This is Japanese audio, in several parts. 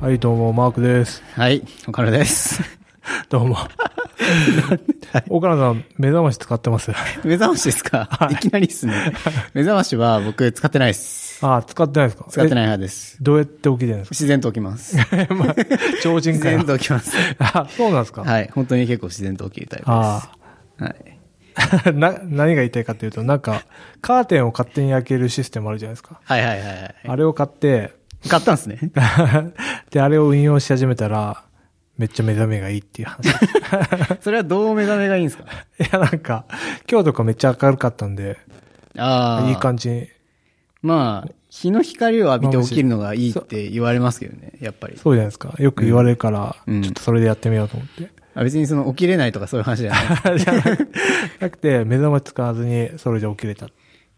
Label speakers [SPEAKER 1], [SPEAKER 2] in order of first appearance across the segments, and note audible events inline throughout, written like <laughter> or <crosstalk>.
[SPEAKER 1] はい、どうも、マークです。
[SPEAKER 2] はい、岡
[SPEAKER 1] <laughs>
[SPEAKER 2] 野です。
[SPEAKER 1] どうも。岡野さん、目覚まし使ってます。
[SPEAKER 2] 目覚ましですか、い、きなりで
[SPEAKER 1] <laughs>
[SPEAKER 2] すね。目覚ましは僕使ってないです。
[SPEAKER 1] ああ、使ってないですか。
[SPEAKER 2] 使ってないい派です
[SPEAKER 1] え。どうやって起きてるんです
[SPEAKER 2] 自然と起き <laughs> ます。
[SPEAKER 1] かまあ超人
[SPEAKER 2] 自
[SPEAKER 1] 会
[SPEAKER 2] 然。と起
[SPEAKER 1] <laughs>
[SPEAKER 2] きます。
[SPEAKER 1] あ、そうなんですか
[SPEAKER 2] はい、本当に結構自然と起きるタイプ
[SPEAKER 1] あ
[SPEAKER 2] です。
[SPEAKER 1] あ。 <laughs> な、何が言いたいかというと、なんか、カーテンを勝手に開けるシステムあるじゃないですか。
[SPEAKER 2] はい、はいはいはいは
[SPEAKER 1] あれを買って、 <laughs>
[SPEAKER 2] い。買ったんですね。
[SPEAKER 1] で、あれを運用し始めたら、めっちゃ目覚めがいいっていう話。
[SPEAKER 2] <laughs>
[SPEAKER 1] い
[SPEAKER 2] それはどう目覚めがいいんですか
[SPEAKER 1] や、なんか、今日とかめっちゃ明るかったんで、
[SPEAKER 2] ああ。
[SPEAKER 1] いい感じに。
[SPEAKER 2] まあ、日の光を浴びて起きるのがいいって言われますけどね、やっぱり。
[SPEAKER 1] そうじゃないですか。よく言われるから、
[SPEAKER 2] うん
[SPEAKER 1] ちょっとそれでやってみようと思って。
[SPEAKER 2] あ別にその起きれないとかそういう話
[SPEAKER 1] <laughs>
[SPEAKER 2] じゃない。
[SPEAKER 1] じゃなくなくて、目覚まし使わずに、それで起きれた。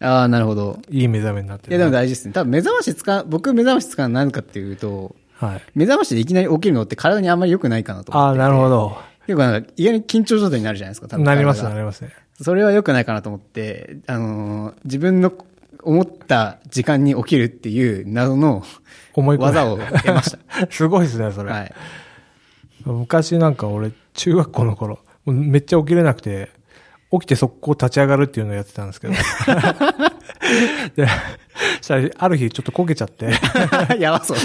[SPEAKER 2] ああ、なるほど。
[SPEAKER 1] いい目覚めになって
[SPEAKER 2] いや、でも
[SPEAKER 1] ね
[SPEAKER 2] 大事ですね。多分目覚まし使う、僕目覚まし使うの何かっていうと、
[SPEAKER 1] はい。
[SPEAKER 2] 目覚ましでいきなり起きるのって体にあんまり良くないかなと思
[SPEAKER 1] あ
[SPEAKER 2] って。
[SPEAKER 1] あ、なるほど。
[SPEAKER 2] 結構なんか、意外に緊張状態になるじゃないですか、多分
[SPEAKER 1] なります、
[SPEAKER 2] 体
[SPEAKER 1] な
[SPEAKER 2] が
[SPEAKER 1] りますね。
[SPEAKER 2] それは良くないかなと思って、あのー自分の思った時間に起きるっていう謎の
[SPEAKER 1] 思い込み
[SPEAKER 2] 技を得
[SPEAKER 1] <laughs>
[SPEAKER 2] ました。
[SPEAKER 1] すごいですね、それ。
[SPEAKER 2] はい。
[SPEAKER 1] 昔なんか俺、中学校の頃、もうめっちゃ起きれなくて、起きて速攻立ち上がるっていうのをやってたんです
[SPEAKER 2] <laughs>
[SPEAKER 1] けど。で、したらある日ちょっとこけちゃって、 <laughs>
[SPEAKER 2] <laughs> やばそう。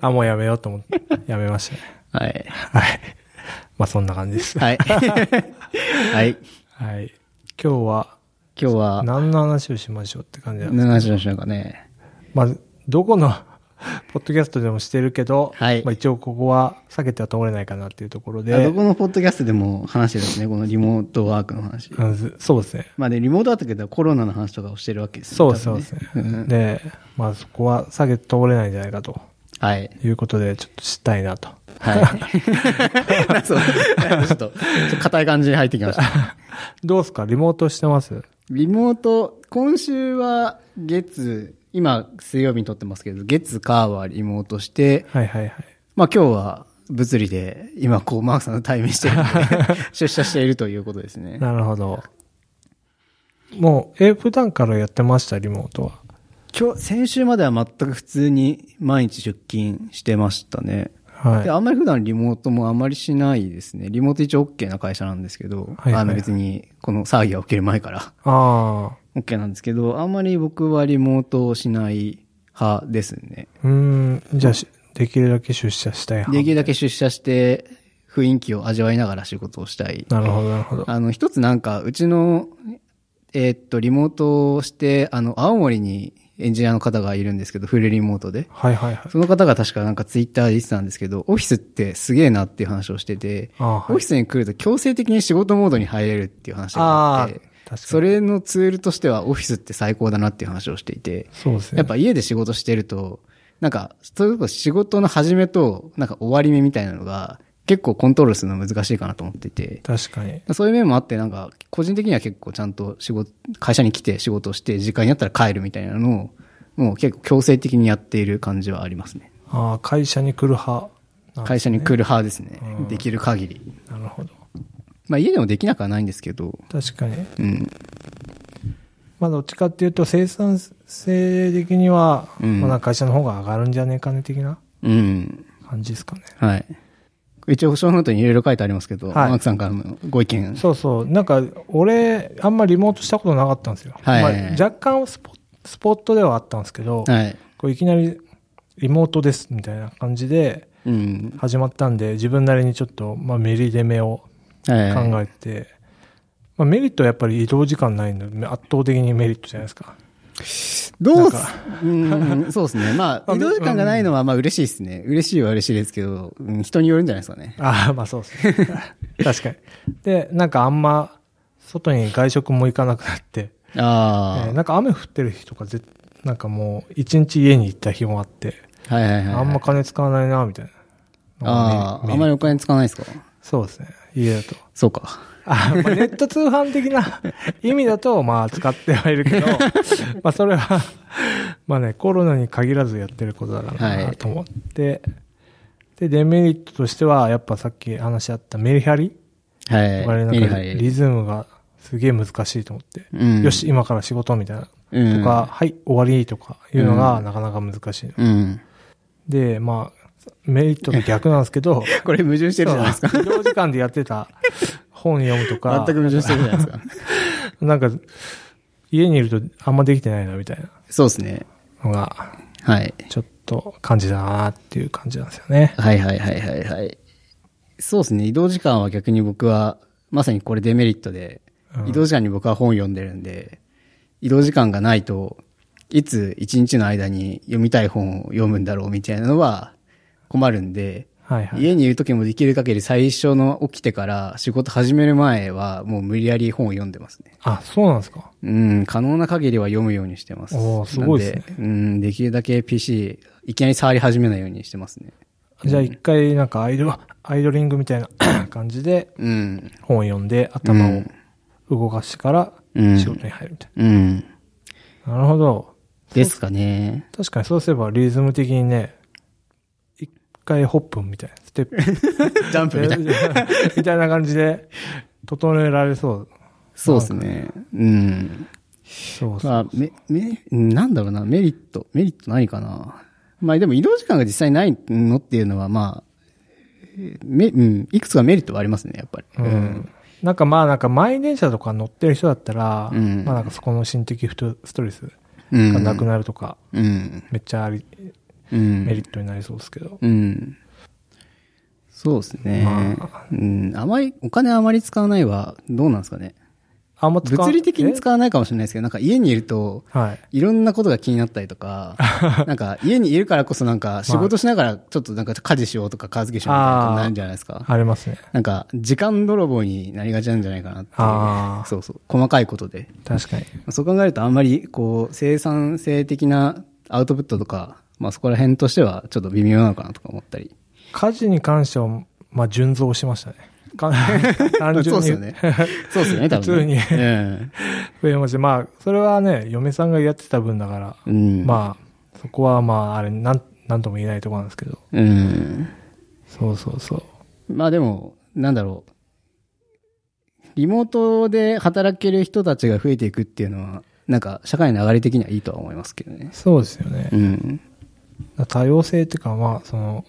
[SPEAKER 1] あ、もうやめようと思って、やめましたね。
[SPEAKER 2] はい。
[SPEAKER 1] はい。まあそんな感じです。 <laughs>
[SPEAKER 2] はい。はい。
[SPEAKER 1] はい。今日は、
[SPEAKER 2] 今日は、
[SPEAKER 1] 何の話をしましょうって感じなんですけど
[SPEAKER 2] 何の話をしようかね。
[SPEAKER 1] まあ、どこの <laughs> ポッドキャストでもしてるけど、
[SPEAKER 2] はい
[SPEAKER 1] まあ、一応ここは避けては通れないかなっていうところ
[SPEAKER 2] あど
[SPEAKER 1] で、
[SPEAKER 2] このポッドキャストでも話してるんですね、このリモートワークの話。
[SPEAKER 1] うんずそうですね。
[SPEAKER 2] まあね、リモートワークだけどコロナの話とかをしてるわけですね
[SPEAKER 1] そうそうです
[SPEAKER 2] 多分
[SPEAKER 1] ね。で、まあそこは避けて通れないんじゃないかと
[SPEAKER 2] はい。
[SPEAKER 1] いうことで、ちょっとしたいなと。
[SPEAKER 2] はい。そう。 <laughs> ちょっと、ちょっと硬い感じに入ってきました。
[SPEAKER 1] どうですかリモートしてます
[SPEAKER 2] リモート、今週は月、今水曜日に撮ってますけど、月火はリモートして、
[SPEAKER 1] はいはいはい。
[SPEAKER 2] まあ今日は物理で、今こうマークさんと対面
[SPEAKER 1] <laughs>
[SPEAKER 2] してるんで、出社しているということですね。
[SPEAKER 1] なるほど。もう、え、普段からやってましたリモートは。
[SPEAKER 2] 今日、先週までは全く普通に毎日出勤してましたね。
[SPEAKER 1] はい
[SPEAKER 2] で、。あんまり普段リモートもあんまりしないですね。リモート一応 OK な会社なんですけど、
[SPEAKER 1] はいはい
[SPEAKER 2] あの別にこの騒ぎが起きる前から。
[SPEAKER 1] ああ、
[SPEAKER 2] OK なんですけど、あんまり僕はリモートをしない派ですね。
[SPEAKER 1] うーん、じゃあし、できるだけ出社したい派
[SPEAKER 2] できるだけ出社して、雰囲気を味わいながら仕事をしたい。
[SPEAKER 1] なるほど、なるほど。
[SPEAKER 2] あの、一つなんか、うちの、えーっと、リモートをして、あの、青森にエンジニアの方がいるんですけど、フルリモートで。
[SPEAKER 1] はいはいはい。
[SPEAKER 2] その方が確かなんかツイッターで言ってたんですけど、オフィスってすげえなっていう話をしてて、
[SPEAKER 1] ああ、
[SPEAKER 2] オフィスに来ると強制的に仕事モードに入れるっていう話があって、
[SPEAKER 1] あー確か
[SPEAKER 2] それのツールとしてはオフィスって最高だなっていう話をしていて、
[SPEAKER 1] そうですね。
[SPEAKER 2] やっぱ家で仕事してると、なんか、それこそ仕事の始めと、なんか終わり目みたいなのが、結構コントロールするの難しいかなと思っていて、
[SPEAKER 1] 確かに。
[SPEAKER 2] そういう面もあって、なんか、個人的には結構ちゃんと仕事、会社に来て仕事をして、時間になったら帰るみたいなのを、もう結構強制的にやっている感じはありますね。
[SPEAKER 1] ああ、会社に来る派なんで
[SPEAKER 2] 会
[SPEAKER 1] す
[SPEAKER 2] 社に
[SPEAKER 1] ね。
[SPEAKER 2] 来る派ですね。できる限り。
[SPEAKER 1] なるほど。
[SPEAKER 2] まあ家でもできなくはないんですけど、
[SPEAKER 1] 確かに。
[SPEAKER 2] うん。
[SPEAKER 1] まあ、どっちかっていうと、生産性的には、
[SPEAKER 2] うん
[SPEAKER 1] まあ、なんか会社の方が上がるんじゃねえかね、的な
[SPEAKER 2] うん。
[SPEAKER 1] 感じですかね。
[SPEAKER 2] はい。一応、小ノートにいろいろ書いてありますけど、
[SPEAKER 1] はい
[SPEAKER 2] マークさんからのご意見。
[SPEAKER 1] そうそう。なんか、俺、あんまリモートしたことなかったんですよ。
[SPEAKER 2] はい
[SPEAKER 1] まあ、若干スポ、スポットではあったんですけど、
[SPEAKER 2] はい。
[SPEAKER 1] こういきなり、リモートです、みたいな感じで、
[SPEAKER 2] うん。
[SPEAKER 1] 始まったんで、自分なりにちょっと、まあ、メリデメを
[SPEAKER 2] はい
[SPEAKER 1] 考えて、まあ、メリットはやっぱり移動時間ないので圧倒的にメリットじゃないですか。
[SPEAKER 2] ど
[SPEAKER 1] なん
[SPEAKER 2] うす
[SPEAKER 1] か、
[SPEAKER 2] うん、そうですね。ま
[SPEAKER 1] ま <laughs>
[SPEAKER 2] あ、
[SPEAKER 1] あ
[SPEAKER 2] 移動時間がないのは、まあ、嬉しいですね。嬉しいは嬉しいですけど、うん人によるんじゃないですかね。
[SPEAKER 1] ああ、まあそうですね。 <laughs> 確かに。で、なんかあんま外に外食も行かなくなって、え
[SPEAKER 2] あ
[SPEAKER 1] ーなんか雨降ってる日とかぜなんかもう一日家に行った日もあって、
[SPEAKER 2] あ、はいはいはいはい。
[SPEAKER 1] あんま金使わないな、みたいな。
[SPEAKER 2] あ
[SPEAKER 1] メ
[SPEAKER 2] あ、
[SPEAKER 1] リ
[SPEAKER 2] あんまりお金使わないですか
[SPEAKER 1] そうですね。家だと。
[SPEAKER 2] そうか。
[SPEAKER 1] あーまあ、ネット通販的な意味だと、まあ使ってはいる
[SPEAKER 2] <laughs>
[SPEAKER 1] けど、まあそれは、まあね、コロナに限らずやってることだから
[SPEAKER 2] は
[SPEAKER 1] ないと思って、で、デメリットとしては、やっぱさっき話し合ったメリハリ、
[SPEAKER 2] はい。
[SPEAKER 1] 我々なん
[SPEAKER 2] メリ
[SPEAKER 1] か
[SPEAKER 2] ハ
[SPEAKER 1] リ
[SPEAKER 2] リ。
[SPEAKER 1] ズムがすげえ難しいと思って、
[SPEAKER 2] うん
[SPEAKER 1] よし、今から仕事みたいな、
[SPEAKER 2] うん
[SPEAKER 1] とか、はい、終わりとかいうのがなかなか難しいの。
[SPEAKER 2] うん。
[SPEAKER 1] で、まあ、メリットの逆なんですけど、
[SPEAKER 2] これ矛盾 <laughs> してるじゃないですか。
[SPEAKER 1] そう移動時間でやってた本読むと
[SPEAKER 2] <laughs> 全
[SPEAKER 1] か
[SPEAKER 2] く、矛盾してるじゃないですか。
[SPEAKER 1] なんか、家にいるとあんまできてないな、みたいな
[SPEAKER 2] そうですね。
[SPEAKER 1] のが、
[SPEAKER 2] はい。
[SPEAKER 1] ちょっと感じだなっていう感じなんですよね。
[SPEAKER 2] はいはいはいはいはい。そうですね。移動時間は逆に僕は、まさにこれデメリットで、
[SPEAKER 1] うん
[SPEAKER 2] 移動時間に僕は本読んでるんで、移動時間がないと、いつ一日の間に読みたい本を読むんだろうみたいなのは困るんで、
[SPEAKER 1] はいはい。
[SPEAKER 2] 家にいる時もできる限り最初の起きてから仕事始める前はもう無理やり本を読んでますね。
[SPEAKER 1] あ、そうなんですか。
[SPEAKER 2] うん、可能な限りは読むようにしてます。
[SPEAKER 1] おーすごいですね
[SPEAKER 2] なんでうん、できるだけ PC、いきなり触り始めないようにしてますね。
[SPEAKER 1] じゃあ一回なんかアイドアイドリングみたいな
[SPEAKER 2] <laughs>
[SPEAKER 1] 感じで
[SPEAKER 2] うん。
[SPEAKER 1] 本を読んで頭を動かしてから
[SPEAKER 2] うん
[SPEAKER 1] 仕事に入るみたい
[SPEAKER 2] うん。
[SPEAKER 1] な。なるほど。
[SPEAKER 2] ですかね。
[SPEAKER 1] 確かにそうすればリズム的にね、一回ホップンみたいな、ステップ
[SPEAKER 2] ジャンプ <laughs> みたいな。
[SPEAKER 1] みたいな感じで整えられ
[SPEAKER 2] <laughs>
[SPEAKER 1] そう。
[SPEAKER 2] <laughs> そうですね。うん。
[SPEAKER 1] そうそう。
[SPEAKER 2] まあ、め、め、なんだろうな、メリット。メリット何かな。まあでも移動時間が実際ないのっていうのは、まあ、め、うん、いくつかメリットはありますね、やっぱり。
[SPEAKER 1] うん。なんかまあなんか満員電車とか乗ってる人だったら、
[SPEAKER 2] うん
[SPEAKER 1] まあなんかそこの心的フトストレス
[SPEAKER 2] うん。
[SPEAKER 1] がなく
[SPEAKER 2] な
[SPEAKER 1] なるとか、
[SPEAKER 2] うん。
[SPEAKER 1] めっちゃあり、
[SPEAKER 2] うん。
[SPEAKER 1] メリットになりそうですけど。
[SPEAKER 2] うん。そうですね。
[SPEAKER 1] ま
[SPEAKER 2] うん。あまり、お金あまり使わないは、どうなんですかね。
[SPEAKER 1] あんま使わ
[SPEAKER 2] 物理的に使わないかもしれないですけど、なんか家にいると、
[SPEAKER 1] えはい。
[SPEAKER 2] いろんなことが気になったり
[SPEAKER 1] <laughs>
[SPEAKER 2] とか、なんか家にいるからこそなんか仕事しながらちょっとなんか家事しようとか片付けしようみたいなことになるんじゃないですか。
[SPEAKER 1] ありますね。
[SPEAKER 2] なんか時間泥棒になりがちなんじゃないかなってい
[SPEAKER 1] あ
[SPEAKER 2] う。
[SPEAKER 1] ー
[SPEAKER 2] そうそう。細かいことで。
[SPEAKER 1] 確かに。
[SPEAKER 2] そう考えるとあんまりこう生産性的なアウトプットとか、まあそこら辺としてはちょっと微妙なのかなとか思ったり。
[SPEAKER 1] 家事に関しては、まあ、順増しましたね。
[SPEAKER 2] <laughs>
[SPEAKER 1] か単
[SPEAKER 2] そ
[SPEAKER 1] 純
[SPEAKER 2] う
[SPEAKER 1] に
[SPEAKER 2] ですよね。 <laughs> そうですよね、多分。
[SPEAKER 1] 普通に
[SPEAKER 2] え
[SPEAKER 1] 増えました。まあ、それはね、嫁さんがやってた分だから、
[SPEAKER 2] えうん。
[SPEAKER 1] まあ、そこはまあ、あれ、なん、なんとも言えないところなんですけど。
[SPEAKER 2] うん。
[SPEAKER 1] そうそうそう。
[SPEAKER 2] まあでも、なんだろう。リモートで働ける人たちが増えていくっていうのは、なんか社会の流れ的にはいいとは思いますけどね。
[SPEAKER 1] そうですよね
[SPEAKER 2] う。ん。
[SPEAKER 1] 多様性っていうか、まあ、その、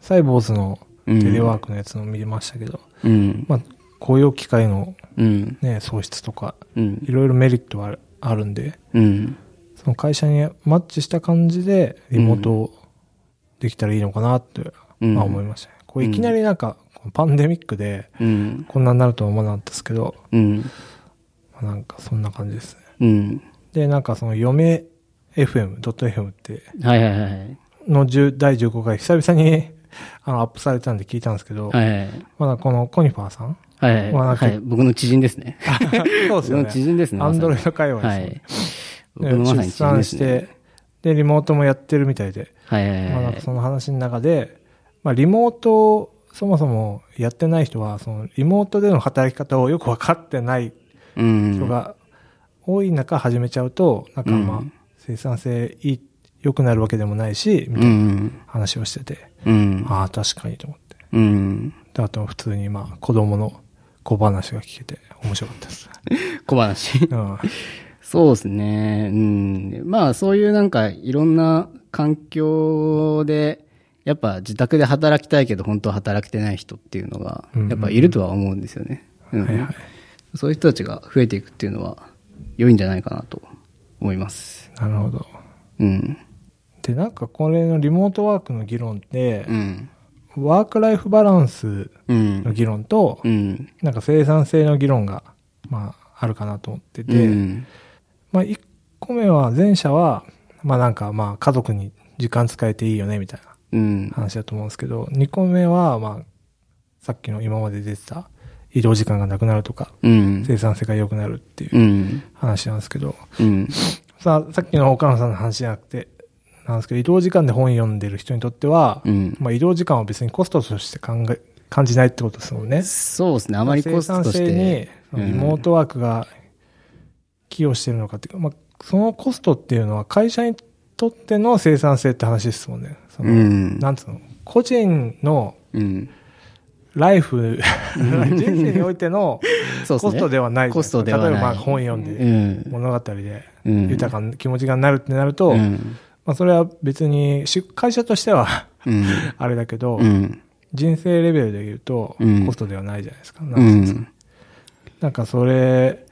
[SPEAKER 1] サイボーズの
[SPEAKER 2] うん
[SPEAKER 1] テレワークのやつの見ましたけど、
[SPEAKER 2] うん。
[SPEAKER 1] まあ、雇用機会の
[SPEAKER 2] うん。
[SPEAKER 1] ね、創出とか、
[SPEAKER 2] うん。
[SPEAKER 1] いろいろメリットはあるあるんで、
[SPEAKER 2] うん。
[SPEAKER 1] その会社にマッチした感じで、リモートをできたらいいのかなって、
[SPEAKER 2] うん
[SPEAKER 1] まあ思いましたね。こういきなりなんか、このパンデミックで、
[SPEAKER 2] うん。
[SPEAKER 1] こんなになるとは思わなかったですけど、
[SPEAKER 2] うん。
[SPEAKER 1] まあなんかそんな感じですね。
[SPEAKER 2] うん。
[SPEAKER 1] で、なんかその嫁 FM、ドット FM って、
[SPEAKER 2] はいはいはい。
[SPEAKER 1] の10第15回、久々にあのアップされたんで聞いたんですけど、
[SPEAKER 2] はいはい。
[SPEAKER 1] まだこのコニファーさん
[SPEAKER 2] はい
[SPEAKER 1] まあな
[SPEAKER 2] は
[SPEAKER 1] ん
[SPEAKER 2] い。
[SPEAKER 1] か
[SPEAKER 2] はい。僕の知人ですね。
[SPEAKER 1] そうです
[SPEAKER 2] 僕
[SPEAKER 1] よ
[SPEAKER 2] の知
[SPEAKER 1] ね。
[SPEAKER 2] 人ですね。
[SPEAKER 1] アンドロイド界
[SPEAKER 2] ま
[SPEAKER 1] 隈
[SPEAKER 2] さには
[SPEAKER 1] ですよね
[SPEAKER 2] い。僕のまさに
[SPEAKER 1] 出
[SPEAKER 2] 知人で
[SPEAKER 1] 産
[SPEAKER 2] す
[SPEAKER 1] し
[SPEAKER 2] ね。
[SPEAKER 1] て、で、リモートもやってるみたいで、
[SPEAKER 2] はいはい
[SPEAKER 1] まあ、
[SPEAKER 2] は
[SPEAKER 1] なんか
[SPEAKER 2] い。
[SPEAKER 1] その話の中で、まあ、リモートをそもそもやってない人は、そのリモートでの働き方をよく分かってない
[SPEAKER 2] うん。
[SPEAKER 1] 人が多い中始めちゃうと、なんかまあ
[SPEAKER 2] うん、
[SPEAKER 1] 生産性いい、良くなるわけでもないし、み
[SPEAKER 2] う。
[SPEAKER 1] たいなん話をしてて、
[SPEAKER 2] うん。
[SPEAKER 1] ああ、確かにと思って。
[SPEAKER 2] うん。
[SPEAKER 1] であと普通にまあ、子供の小話が聞けて面白かった
[SPEAKER 2] <laughs>
[SPEAKER 1] です。
[SPEAKER 2] 小話。
[SPEAKER 1] うん。
[SPEAKER 2] そうですね。うん。まあ、そういうなんか、いろんな環境で、やっぱ自宅で働きたいけど、本当は働けてない人っていうのが
[SPEAKER 1] うんうんう、ん
[SPEAKER 2] やっぱいるとは思うんですよね。うん
[SPEAKER 1] はいはい
[SPEAKER 2] そういう人たちが増えていくっていうのは、良いんじゃないかなと思います。
[SPEAKER 1] なるほど。
[SPEAKER 2] うん。
[SPEAKER 1] で、なんかこれのリモートワークの議論って
[SPEAKER 2] う、ん。
[SPEAKER 1] ワークライフバランス
[SPEAKER 2] う
[SPEAKER 1] の
[SPEAKER 2] ん。
[SPEAKER 1] 議論と、
[SPEAKER 2] うん。
[SPEAKER 1] なんか生産性の議論が、まあ、あるかなと思ってて、
[SPEAKER 2] うん
[SPEAKER 1] まあ、1個目は、前者は、まあなんか、まあ、家族に時間使えていいよね、みたいな
[SPEAKER 2] うん。
[SPEAKER 1] 話だと思うんですけど、2個目は、まあ、さっきの今まで出てた、移動時間がなくなるとか、
[SPEAKER 2] うん。
[SPEAKER 1] 生産性が良くなるっていう
[SPEAKER 2] うん。
[SPEAKER 1] 話なんですけど、
[SPEAKER 2] うん。
[SPEAKER 1] さあ、さっきの岡野さんの話じゃなくて、なんですけど、移動時間で本読んでる人にとっては、
[SPEAKER 2] うん。
[SPEAKER 1] まあ移動時間は別にコストとして考え、感じないってことですもんね。
[SPEAKER 2] そうですね。あまりコストとして。
[SPEAKER 1] 生産性
[SPEAKER 2] う
[SPEAKER 1] に
[SPEAKER 2] ん
[SPEAKER 1] リモートワークが寄与してるのかっていうか、まあ、そのコストっていうのは会社にとっての生産性って話ですもんね。その
[SPEAKER 2] うん
[SPEAKER 1] なんつうの個人の
[SPEAKER 2] うん。
[SPEAKER 1] ライフ、 <laughs> 人生においての
[SPEAKER 2] そうです
[SPEAKER 1] コ
[SPEAKER 2] ね。
[SPEAKER 1] ストではないじゃん
[SPEAKER 2] コストではない。
[SPEAKER 1] 例えばまあ本読んで、
[SPEAKER 2] うん。
[SPEAKER 1] 物語で
[SPEAKER 2] うん
[SPEAKER 1] 豊かな気持ちがなるってなると、
[SPEAKER 2] うん
[SPEAKER 1] まあそれは別にし会社としては
[SPEAKER 2] うん。
[SPEAKER 1] あれだけど、
[SPEAKER 2] うん。
[SPEAKER 1] 人生レベルで言うと
[SPEAKER 2] うん、
[SPEAKER 1] コストではないじゃないですか。なん
[SPEAKER 2] う
[SPEAKER 1] か
[SPEAKER 2] ん。
[SPEAKER 1] なんかそれ、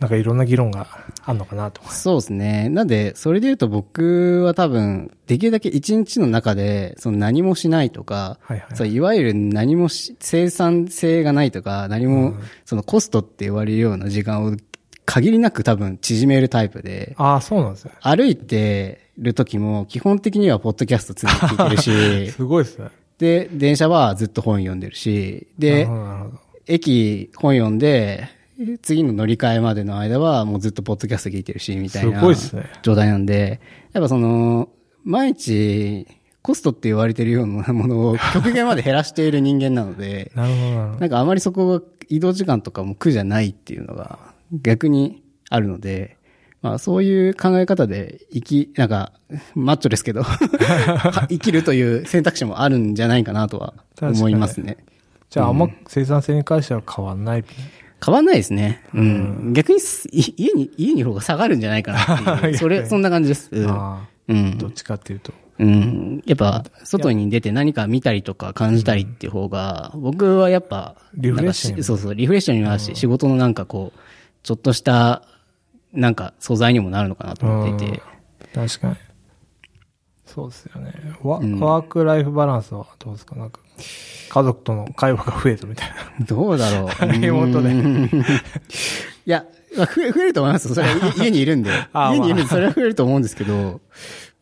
[SPEAKER 1] なんかいろんな議論があるのかなと。
[SPEAKER 2] そうですね。なんで、それで言うと僕は多分、できるだけ一日の中で、その何もしないとか、
[SPEAKER 1] はいはい
[SPEAKER 2] そういわゆる何もし生産性がないとか、何も、そのコストって言われるような時間を限りなく多分縮めるタイプで、
[SPEAKER 1] ああ、そうなんですね。
[SPEAKER 2] 歩いてる時も基本的にはポッドキャスト常に聞い
[SPEAKER 1] <laughs>
[SPEAKER 2] てるし、
[SPEAKER 1] すごいですね。
[SPEAKER 2] で、電車はずっと本読んでるし、
[SPEAKER 1] なる
[SPEAKER 2] で
[SPEAKER 1] ほ、ど、なるほど。
[SPEAKER 2] 駅本読んで、次の乗り換えまでの間はもうずっとポッドキャスト聞いてるし、みたいな
[SPEAKER 1] すごいっすね
[SPEAKER 2] 状態なんで、やっぱその、毎日コストって言われてるような
[SPEAKER 1] <laughs>
[SPEAKER 2] ものを極限まで減らしている人間なので、
[SPEAKER 1] なるほど、なるほど。
[SPEAKER 2] なんかあまりそこが移動時間とかも苦じゃないっていうのが逆にあるので、まあそういう考え方で生き、なんか、マッチョです
[SPEAKER 1] <laughs>
[SPEAKER 2] けど、生きるという選択肢もあるんじゃないかなとは思いますね。
[SPEAKER 1] じゃあ、あんま生産性に関しては変わんない。
[SPEAKER 2] 変わんないですね。うん。逆にすい家に、家にいる方が下がるんじゃないかなってい
[SPEAKER 1] <laughs>
[SPEAKER 2] う。それ、そんな感じです。うん
[SPEAKER 1] あ
[SPEAKER 2] う
[SPEAKER 1] あどっ
[SPEAKER 2] ん。
[SPEAKER 1] ちかっていうと。
[SPEAKER 2] うん。やっぱ、外に出て何か見たりとか感じたりっていう方が、僕はやっぱ、
[SPEAKER 1] リフレッシュに
[SPEAKER 2] なんかしそうそう、リフレッシュにもなるし、仕事のなんかこう、ちょっとした、なんか素材にもなるのかなと思っていて。
[SPEAKER 1] うん確かに。そうですよね。ワ,、ワークライフバランスはどうですかなんか、家族との会話が増えたみたいな。
[SPEAKER 2] どうだ
[SPEAKER 1] <laughs>
[SPEAKER 2] ろう。
[SPEAKER 1] リモートで
[SPEAKER 2] うんいや、まあ増え、増えると思いますよそれは
[SPEAKER 1] <laughs>
[SPEAKER 2] 家家にいるんで。
[SPEAKER 1] あー
[SPEAKER 2] 家にいるんで、それは増えると思うんですけど、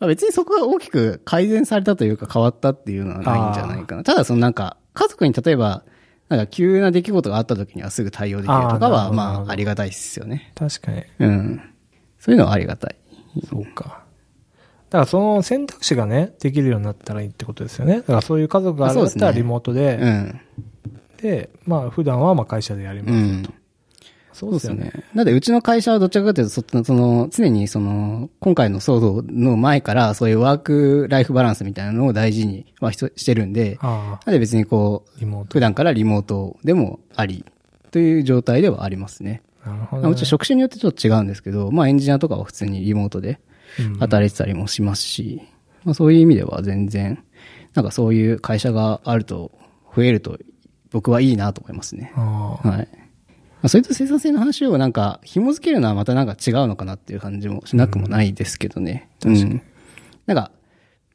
[SPEAKER 2] まあ、別にそこが大きく改善されたというか変わったっていうのはないんじゃないかな。ただそのなんか、家族に例えば、なんか急な出来事があった時にはすぐ対応できると
[SPEAKER 1] あ
[SPEAKER 2] かは、
[SPEAKER 1] ーなるほどなる
[SPEAKER 2] ま
[SPEAKER 1] ほど
[SPEAKER 2] あ、ありがたいですよね。
[SPEAKER 1] 確かに。
[SPEAKER 2] うん。そういうのはありがたい。
[SPEAKER 1] そうか。だからその選択肢がね、できるようになったらいいってことですよね。だからそういう家族があるんだった
[SPEAKER 2] あそう
[SPEAKER 1] ら
[SPEAKER 2] ですね
[SPEAKER 1] リモートで、
[SPEAKER 2] うん。
[SPEAKER 1] で、まあ普段はまあ会社でやります。
[SPEAKER 2] うん。
[SPEAKER 1] そうですよね。
[SPEAKER 2] ね。なんで、うちの会社はどちらかというと、そその、常にその、今回の騒動の前から、そういうワークライフバランスみたいなのを大事にはししてるんで、
[SPEAKER 1] ああ、
[SPEAKER 2] なんで別にこう、
[SPEAKER 1] リモート。
[SPEAKER 2] 普段からリモートでもあり、という状態ではありますね。
[SPEAKER 1] なるほ
[SPEAKER 2] ま
[SPEAKER 1] ど、
[SPEAKER 2] あ
[SPEAKER 1] ね。
[SPEAKER 2] うち職種によってちょっと違うんですけど、まあエンジニアとかは普通にリモートで
[SPEAKER 1] うん
[SPEAKER 2] 働いてたりもしますし、まあそういう意味では全然、なんかそういう会社があると、増えると僕はいいなと思いますね。
[SPEAKER 1] ああ
[SPEAKER 2] はい。まあそれと生産性の話をなんか、紐付けるのはまたなんか違うのかなっていう感じもしなくもないですけどね。うん。なんか、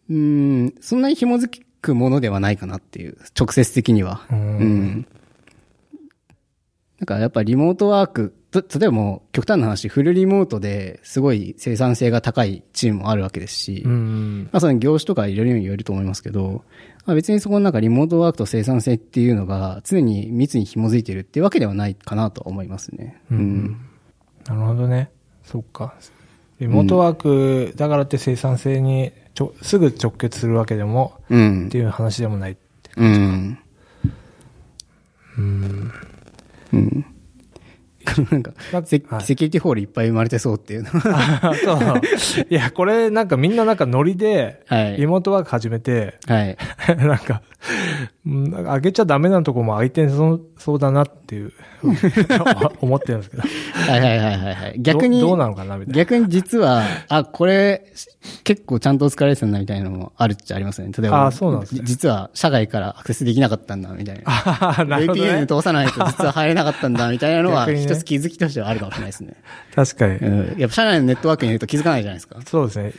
[SPEAKER 2] うーん、そんなに紐付くものではないかなっていう、直接的には。
[SPEAKER 1] うん
[SPEAKER 2] うん。なんかやっぱリモートワーク、と例えばもう極端な話、フルリモートですごい生産性が高いチームもあるわけですし、
[SPEAKER 1] うん。
[SPEAKER 2] まあ、その業種とかいろいろによると思いますけど、まあ、別にそこの中リモートワークと生産性っていうのが常に密に紐づいてるってわけではないかなと思いますね。うん。
[SPEAKER 1] なるほどね。そっか。リモートワークだからって生産性にちょすぐ直結するわけでも、
[SPEAKER 2] うん
[SPEAKER 1] って。いう話でもない。
[SPEAKER 2] うん。 <laughs>
[SPEAKER 1] うん。
[SPEAKER 2] うん。
[SPEAKER 1] <laughs>
[SPEAKER 2] なんか、
[SPEAKER 1] なんか
[SPEAKER 2] セ
[SPEAKER 1] はい
[SPEAKER 2] セキュリティホールいっぱい生まれてそう
[SPEAKER 1] <laughs>
[SPEAKER 2] っていうのは。
[SPEAKER 1] あそう。いや、これなんかみんななんかノリで、
[SPEAKER 2] はい
[SPEAKER 1] リモートワーク始めて、
[SPEAKER 2] はい。
[SPEAKER 1] <laughs> なんか、うんなんか上げちゃダメなとこも開いてそうそうだなっていう、 <laughs> 思ってるんですけど。
[SPEAKER 2] はいはいはいはいはい。逆に、
[SPEAKER 1] どどうなのかなみたいな。
[SPEAKER 2] 逆に実は、あ、これ、結構ちゃんとお疲れさんだみたいなのもあるっちゃありますよね。例えば、
[SPEAKER 1] あそうなんですね
[SPEAKER 2] じ実は社外からアクセスできなかったんだ、みたいな。
[SPEAKER 1] ああ、なるほど、
[SPEAKER 2] VPN
[SPEAKER 1] ね。
[SPEAKER 2] 通さないと実は入れなかったんだ、みたいなのは、
[SPEAKER 1] 逆にね
[SPEAKER 2] 一つ気づきとしてはあるかもしれないですね。
[SPEAKER 1] 確かに。
[SPEAKER 2] うん。やっぱ社内のネットワークにいると気づかないじゃないですか。
[SPEAKER 1] そうですね。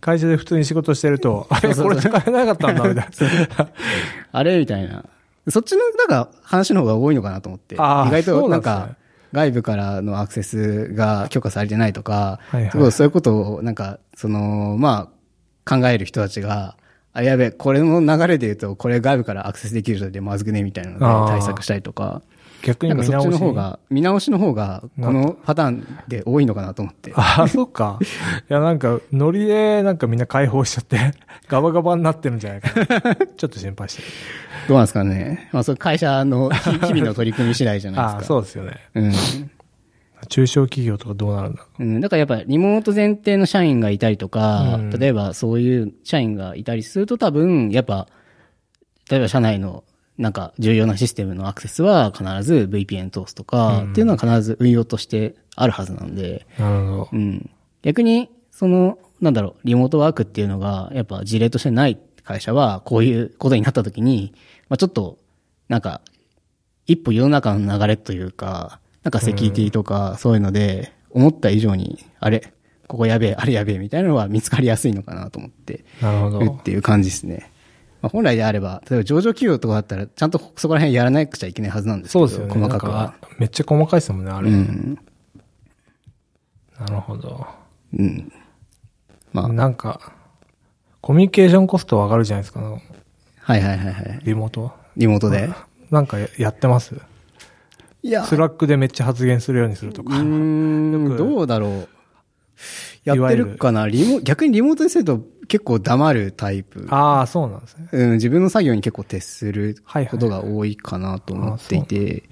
[SPEAKER 1] 会社で普通に仕事してると、あれ、
[SPEAKER 2] そう
[SPEAKER 1] これ使えなかったんだ、みたい
[SPEAKER 2] <laughs>
[SPEAKER 1] な。
[SPEAKER 2] あれみたいな。そっちの、なんか、話の方が多いのかなと思って。意
[SPEAKER 1] あー
[SPEAKER 2] 外
[SPEAKER 1] そ
[SPEAKER 2] と、
[SPEAKER 1] うな
[SPEAKER 2] な
[SPEAKER 1] んんですね
[SPEAKER 2] か、外部からのアクセスが許可されてないとか、
[SPEAKER 1] はいはい
[SPEAKER 2] すごいそういうことを、なんか、その、まあ、考える人たちが、あ、やべえ、これの流れで言うと、これ外部からアクセスできる人でまずくね、みたいな
[SPEAKER 1] あ
[SPEAKER 2] ので
[SPEAKER 1] ー
[SPEAKER 2] 対策したりとか、
[SPEAKER 1] 逆
[SPEAKER 2] な
[SPEAKER 1] に
[SPEAKER 2] んか
[SPEAKER 1] 見
[SPEAKER 2] そっ
[SPEAKER 1] 直し
[SPEAKER 2] ち
[SPEAKER 1] に
[SPEAKER 2] の方。が、見直しの方が、このパターンで多いのかなと思って。
[SPEAKER 1] ああ、そっか。いや、なんか、ノリで、なんかみんな解放しちゃって、 <laughs> ガバガバになってるんじゃないかな。ちょっと心配してる。
[SPEAKER 2] どうなんですかね。まあ、それ会社
[SPEAKER 1] <laughs>
[SPEAKER 2] の日日々の取り組み次第じゃ <laughs> ないです
[SPEAKER 1] あ
[SPEAKER 2] か。
[SPEAKER 1] あ、そうですよね。
[SPEAKER 2] うん。
[SPEAKER 1] 中小企業とかどうなるんだろ
[SPEAKER 2] うん、だからやっぱりリモート前提の社員がいたりとか、
[SPEAKER 1] うん
[SPEAKER 2] 例えばそういう社員がいたりすると多分、やっぱ、例えば社内のなんか重要なシステムのアクセスは必ず VPN 通すとか、っていうのは必ず運用としてあるはずなんで、
[SPEAKER 1] う。なるほど
[SPEAKER 2] う。ん。逆に、その、なんだろう、リモートワークっていうのが、やっぱ事例としてない会社はこういうことになった時に、まあちょっと、なんか、一歩世の中の流れというか、なんかセキュリティとかそういうので、思った以上に、あれ、ここやべえ、あれやべえみたいなのは見つかりやすいのかなと思って。
[SPEAKER 1] なるほど
[SPEAKER 2] るっていう感じですね。まあ、本来であれば、例えば上場企業とかだったら、ちゃんとそこら辺やらなくちゃいけないはずなんですけ
[SPEAKER 1] そ
[SPEAKER 2] ど、
[SPEAKER 1] うですよね。
[SPEAKER 2] 細かく
[SPEAKER 1] なん
[SPEAKER 2] は。
[SPEAKER 1] かめっちゃ細かいですもんね、あ
[SPEAKER 2] う
[SPEAKER 1] れ。
[SPEAKER 2] ん。
[SPEAKER 1] なるほど。
[SPEAKER 2] うん。まあ、
[SPEAKER 1] なんか、コミュニケーションコストは上がるじゃないですか、
[SPEAKER 2] はいはいはいはい。
[SPEAKER 1] リモートは。
[SPEAKER 2] リモートで。
[SPEAKER 1] なんかややってます
[SPEAKER 2] いや
[SPEAKER 1] スラックでめっちゃ発言するようにすると
[SPEAKER 2] う
[SPEAKER 1] か。
[SPEAKER 2] ーん、
[SPEAKER 1] よく
[SPEAKER 2] どうだろう。や
[SPEAKER 1] い
[SPEAKER 2] っ
[SPEAKER 1] わ
[SPEAKER 2] て
[SPEAKER 1] ゆる
[SPEAKER 2] るかなリモ逆にリモートにすると結構黙るタイプ。
[SPEAKER 1] ああ、そうなんですね。
[SPEAKER 2] うん、自分の作業に結構徹する
[SPEAKER 1] はいはい
[SPEAKER 2] ことが多いかなと思っていて、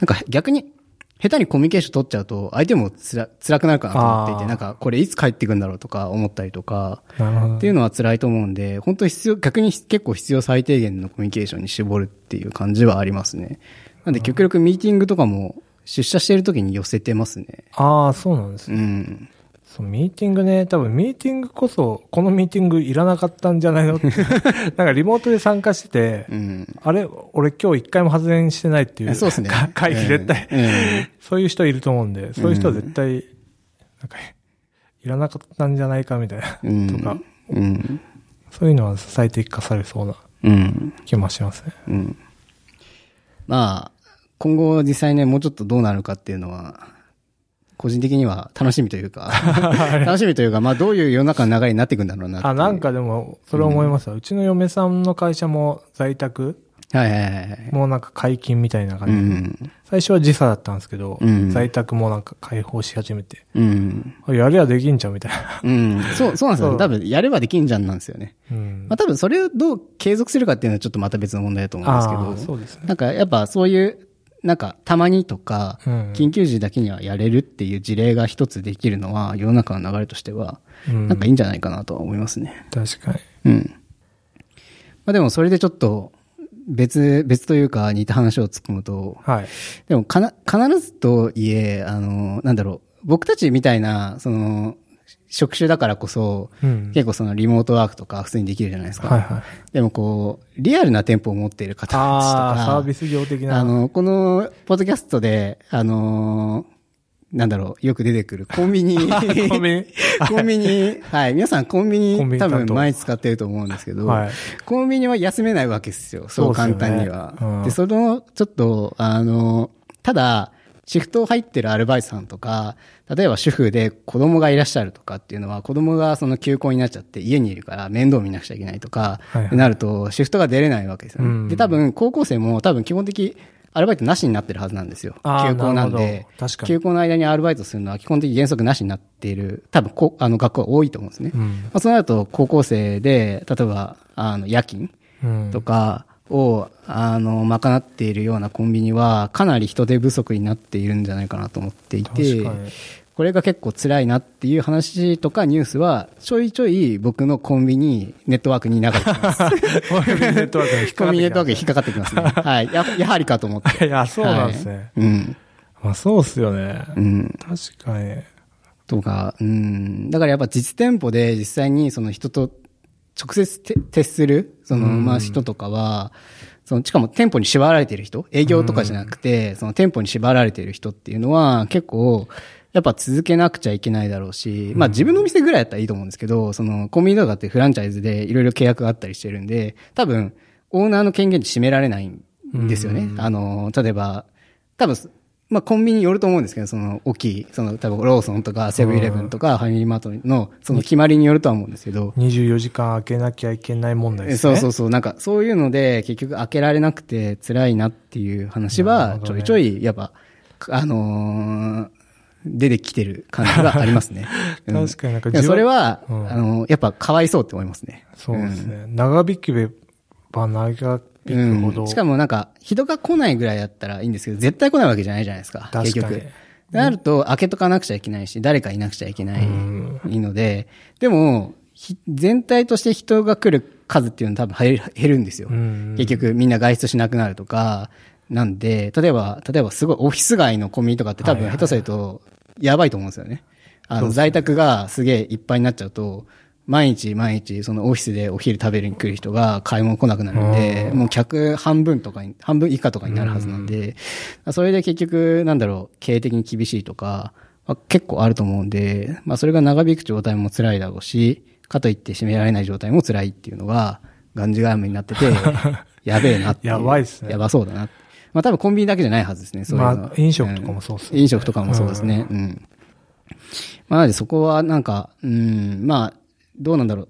[SPEAKER 2] なんか逆に、下手にコミュニケーション取っちゃうと、相手もつら辛くなるかなと思ってい
[SPEAKER 1] あ
[SPEAKER 2] て、
[SPEAKER 1] ー
[SPEAKER 2] なんかこれいつ帰ってくんだろうとか思ったりとか、
[SPEAKER 1] なるほど。
[SPEAKER 2] っていうのは辛いと思うんで、本当に必要、逆に結構必要最低限のコミュニケーションに絞るっていう感じはありますね。なんで極力ミーティングとかも出社している時に寄せてますね。
[SPEAKER 1] ああ、そうなんです
[SPEAKER 2] う
[SPEAKER 1] ね。
[SPEAKER 2] ん。
[SPEAKER 1] そう、ミーティングね、多分ミーティングこそ、このミーティングいらなかったんじゃない
[SPEAKER 2] <laughs>
[SPEAKER 1] のって。なんかリモートで参加してて、
[SPEAKER 2] うん。
[SPEAKER 1] あれ俺今日一回も発言してないっていう。
[SPEAKER 2] そうですね
[SPEAKER 1] か。会議絶対、
[SPEAKER 2] うんうん
[SPEAKER 1] そういう人いると思うんで、そういう人は絶対、なんか、いらなかったんじゃないかみたいな、 <laughs>
[SPEAKER 2] うん
[SPEAKER 1] とか、
[SPEAKER 2] うん。
[SPEAKER 1] そういうのは最適化されそうな
[SPEAKER 2] うん。
[SPEAKER 1] 気もしますね。
[SPEAKER 2] うん。まあ、今後実際ね、もうちょっとどうなるかっていうのは、個人的には楽しみとい
[SPEAKER 1] <laughs>
[SPEAKER 2] うか、楽しみというか、まあどういう世の中の流れになっていくんだろうなっていう
[SPEAKER 1] あ、なん。かでも、それ思いますわうちの嫁さんの会社も在宅
[SPEAKER 2] はいはいはいはい。
[SPEAKER 1] もうなんか解禁みたいな
[SPEAKER 2] う
[SPEAKER 1] 感じで、
[SPEAKER 2] ん。
[SPEAKER 1] 最初は時差だったんですけど、
[SPEAKER 2] うん
[SPEAKER 1] 在宅もなんか解放し始めて、
[SPEAKER 2] うん。
[SPEAKER 1] あやりゃできんじゃんみたいな。 <laughs>
[SPEAKER 2] うん。そう、そうなんです
[SPEAKER 1] そ
[SPEAKER 2] よ。
[SPEAKER 1] う
[SPEAKER 2] 多分、やればできんじゃんなんですよね。
[SPEAKER 1] うん
[SPEAKER 2] まあ多分、それをどう継続するかっていうのはちょっとまた別の問題だと思うん
[SPEAKER 1] あ
[SPEAKER 2] で
[SPEAKER 1] ー
[SPEAKER 2] すけ
[SPEAKER 1] そ
[SPEAKER 2] ど、
[SPEAKER 1] うですね。
[SPEAKER 2] なんかやっぱそういう、なんかたまにとか、
[SPEAKER 1] うん
[SPEAKER 2] 緊急時だけにはやれるっていう事例が一つできるのは、世の中の流れとしては、
[SPEAKER 1] うん
[SPEAKER 2] なんかいいんじゃないかなとは思いますね。
[SPEAKER 1] 確かに。
[SPEAKER 2] うん。まあでもそれでちょっと別、別というか似た話を突っ込むと、
[SPEAKER 1] はい。
[SPEAKER 2] でもかな、必ずとはいえ、あの、なんだろう、僕たちみたいな、その、職種だからこそ、
[SPEAKER 1] うん。
[SPEAKER 2] 結構そのリモートワークとか普通にできるじゃないですか。 <laughs>
[SPEAKER 1] はいはい。
[SPEAKER 2] でもこう、リアルな店舗を持っている方たちと
[SPEAKER 1] ああ
[SPEAKER 2] か、
[SPEAKER 1] ー、サービス業的な。<laughs>
[SPEAKER 2] あの、この、ポッドキャストで、あのーなんだろう、よく出てくるコンビニ。
[SPEAKER 1] <laughs> コンビ
[SPEAKER 2] <laughs>
[SPEAKER 1] ニ
[SPEAKER 2] コンビニ。はい。皆さんコンビ
[SPEAKER 1] コンビ
[SPEAKER 2] ニ
[SPEAKER 1] ニ
[SPEAKER 2] 多
[SPEAKER 1] 担当
[SPEAKER 2] 分毎日使ってると思うんですけど、
[SPEAKER 1] はい
[SPEAKER 2] コンビニは休めないわけですよ。そう
[SPEAKER 1] そうです
[SPEAKER 2] 簡
[SPEAKER 1] よね
[SPEAKER 2] 単には。
[SPEAKER 1] うん
[SPEAKER 2] で、その、ちょっと、あの、ただ、シフト入ってるアルバイトさんとか、例えば主婦で子供がいらっしゃるとかっていうのは、子供がその休校になっちゃって家にいるから面倒見なくちゃいけないとか、
[SPEAKER 1] はいはい
[SPEAKER 2] ってなるとシフトが出れないわけですよね。
[SPEAKER 1] うん
[SPEAKER 2] で、多分高校生も多分基本的アルバイトなしになってるはずなんですよ。
[SPEAKER 1] あー
[SPEAKER 2] 休校なん
[SPEAKER 1] なる
[SPEAKER 2] で
[SPEAKER 1] ほど。確かに
[SPEAKER 2] 休校の間にアルバイトするのは基本的に原則なしになっている、多分こあの学校は多いと思うんですね。
[SPEAKER 1] う
[SPEAKER 2] ま
[SPEAKER 1] ん。
[SPEAKER 2] あ、そうなると高校生で、例えば、あの、夜勤
[SPEAKER 1] うん。
[SPEAKER 2] とかを、あの、賄っているようなコンビニは、かなり人手不足になっているんじゃないかなと思っていて
[SPEAKER 1] 確かに、
[SPEAKER 2] これが結構辛いなっていう話とかニュースは、ちょいちょい僕のコンビニネットワークに流れてき
[SPEAKER 1] <laughs>
[SPEAKER 2] ます。
[SPEAKER 1] コンビニネットワークに引っ
[SPEAKER 2] コ
[SPEAKER 1] か
[SPEAKER 2] ン
[SPEAKER 1] かっ
[SPEAKER 2] ビ
[SPEAKER 1] てき
[SPEAKER 2] ニネット
[SPEAKER 1] た
[SPEAKER 2] ワークに引っかかってきますね。はい。ややはりかと思っ
[SPEAKER 1] <laughs>
[SPEAKER 2] て。
[SPEAKER 1] いや、そうなんですね。
[SPEAKER 2] はいうん。
[SPEAKER 1] まあ、そうっすよね。
[SPEAKER 2] うん。
[SPEAKER 1] 確かに。
[SPEAKER 2] とか、うん。だからやっぱ実店舗で実際にその人と直接て接する、その、まあ人とかは、その、しかも店舗に縛られている人、営業とかじゃなくて、その店舗に縛られている人っていうのは結構、やっぱ続けなくちゃいけないだろうし、まあ自分の店ぐらいだったらいいと思うんですけど、そのコンビニとかってフランチャイズでいろいろ契約があったりしてるんで、多分、オーナーの権限って占められないんですよね。あの、例えば、多分、まあ、コンビニによると思うんですけど、その大きい、その多分ローソンとかセブンイレブンとかファミリーマートのその決まりによるとは思うんですけど、
[SPEAKER 1] 24時間開けなきゃいけない問題です
[SPEAKER 2] そ
[SPEAKER 1] ね。
[SPEAKER 2] うそううそう、なんかそういうので結局開けられなくて辛いなっていう話
[SPEAKER 1] なる
[SPEAKER 2] は
[SPEAKER 1] ほ
[SPEAKER 2] ち
[SPEAKER 1] ど
[SPEAKER 2] ょ
[SPEAKER 1] ね
[SPEAKER 2] いちょいやっぱ、あのー出てきてる感じはありますね。うん
[SPEAKER 1] <laughs> 確かになんか
[SPEAKER 2] でもそれは、
[SPEAKER 1] うん
[SPEAKER 2] あのーやっぱかわいそうって思いますね。
[SPEAKER 1] そうですね。長引けば長引くほど。
[SPEAKER 2] うん、しかもなんか、人が来ないぐらいだったらいいんですけど、絶対来ないわけじゃないじゃないですか。
[SPEAKER 1] 確
[SPEAKER 2] 結
[SPEAKER 1] かに
[SPEAKER 2] 局。なると、開けとかなくちゃいけないし、誰かいなくちゃいけない
[SPEAKER 1] ん
[SPEAKER 2] ので、でも、ひ全体として人が来る数っていうのは多分減る減るんですよ。
[SPEAKER 1] うん
[SPEAKER 2] 結局みんな外出しなくなるとか、なんで、例えば、例えばすごいオフィス街のコンビニとかって多分下手するとやばいと思うんですよね。あの、在宅がすげえいっぱいになっちゃうと、毎日毎日、そのオフィスでお昼食べるに来る人が買い物来なくなるんで、もう客半分とかに、半分以下とかになるはずなんで、それで結局、なんだろう、経営的に厳しいとか、まあ結構あると思うんで、まあそれが長引く状態も辛いだろうし、かといって締められない状態も辛いっていうのが、がんじがらめに
[SPEAKER 1] <laughs>
[SPEAKER 2] なってて、やべえなってう
[SPEAKER 1] やばいっすね
[SPEAKER 2] やばそうだな。まあ多分コンビニだけじゃないはずですね、そういうのは
[SPEAKER 1] まあ飲食とかもそうっすね
[SPEAKER 2] ん飲食とかもそうですね。うんまあ、なのでそこはなんか、うん、まあ、どうなんだろう。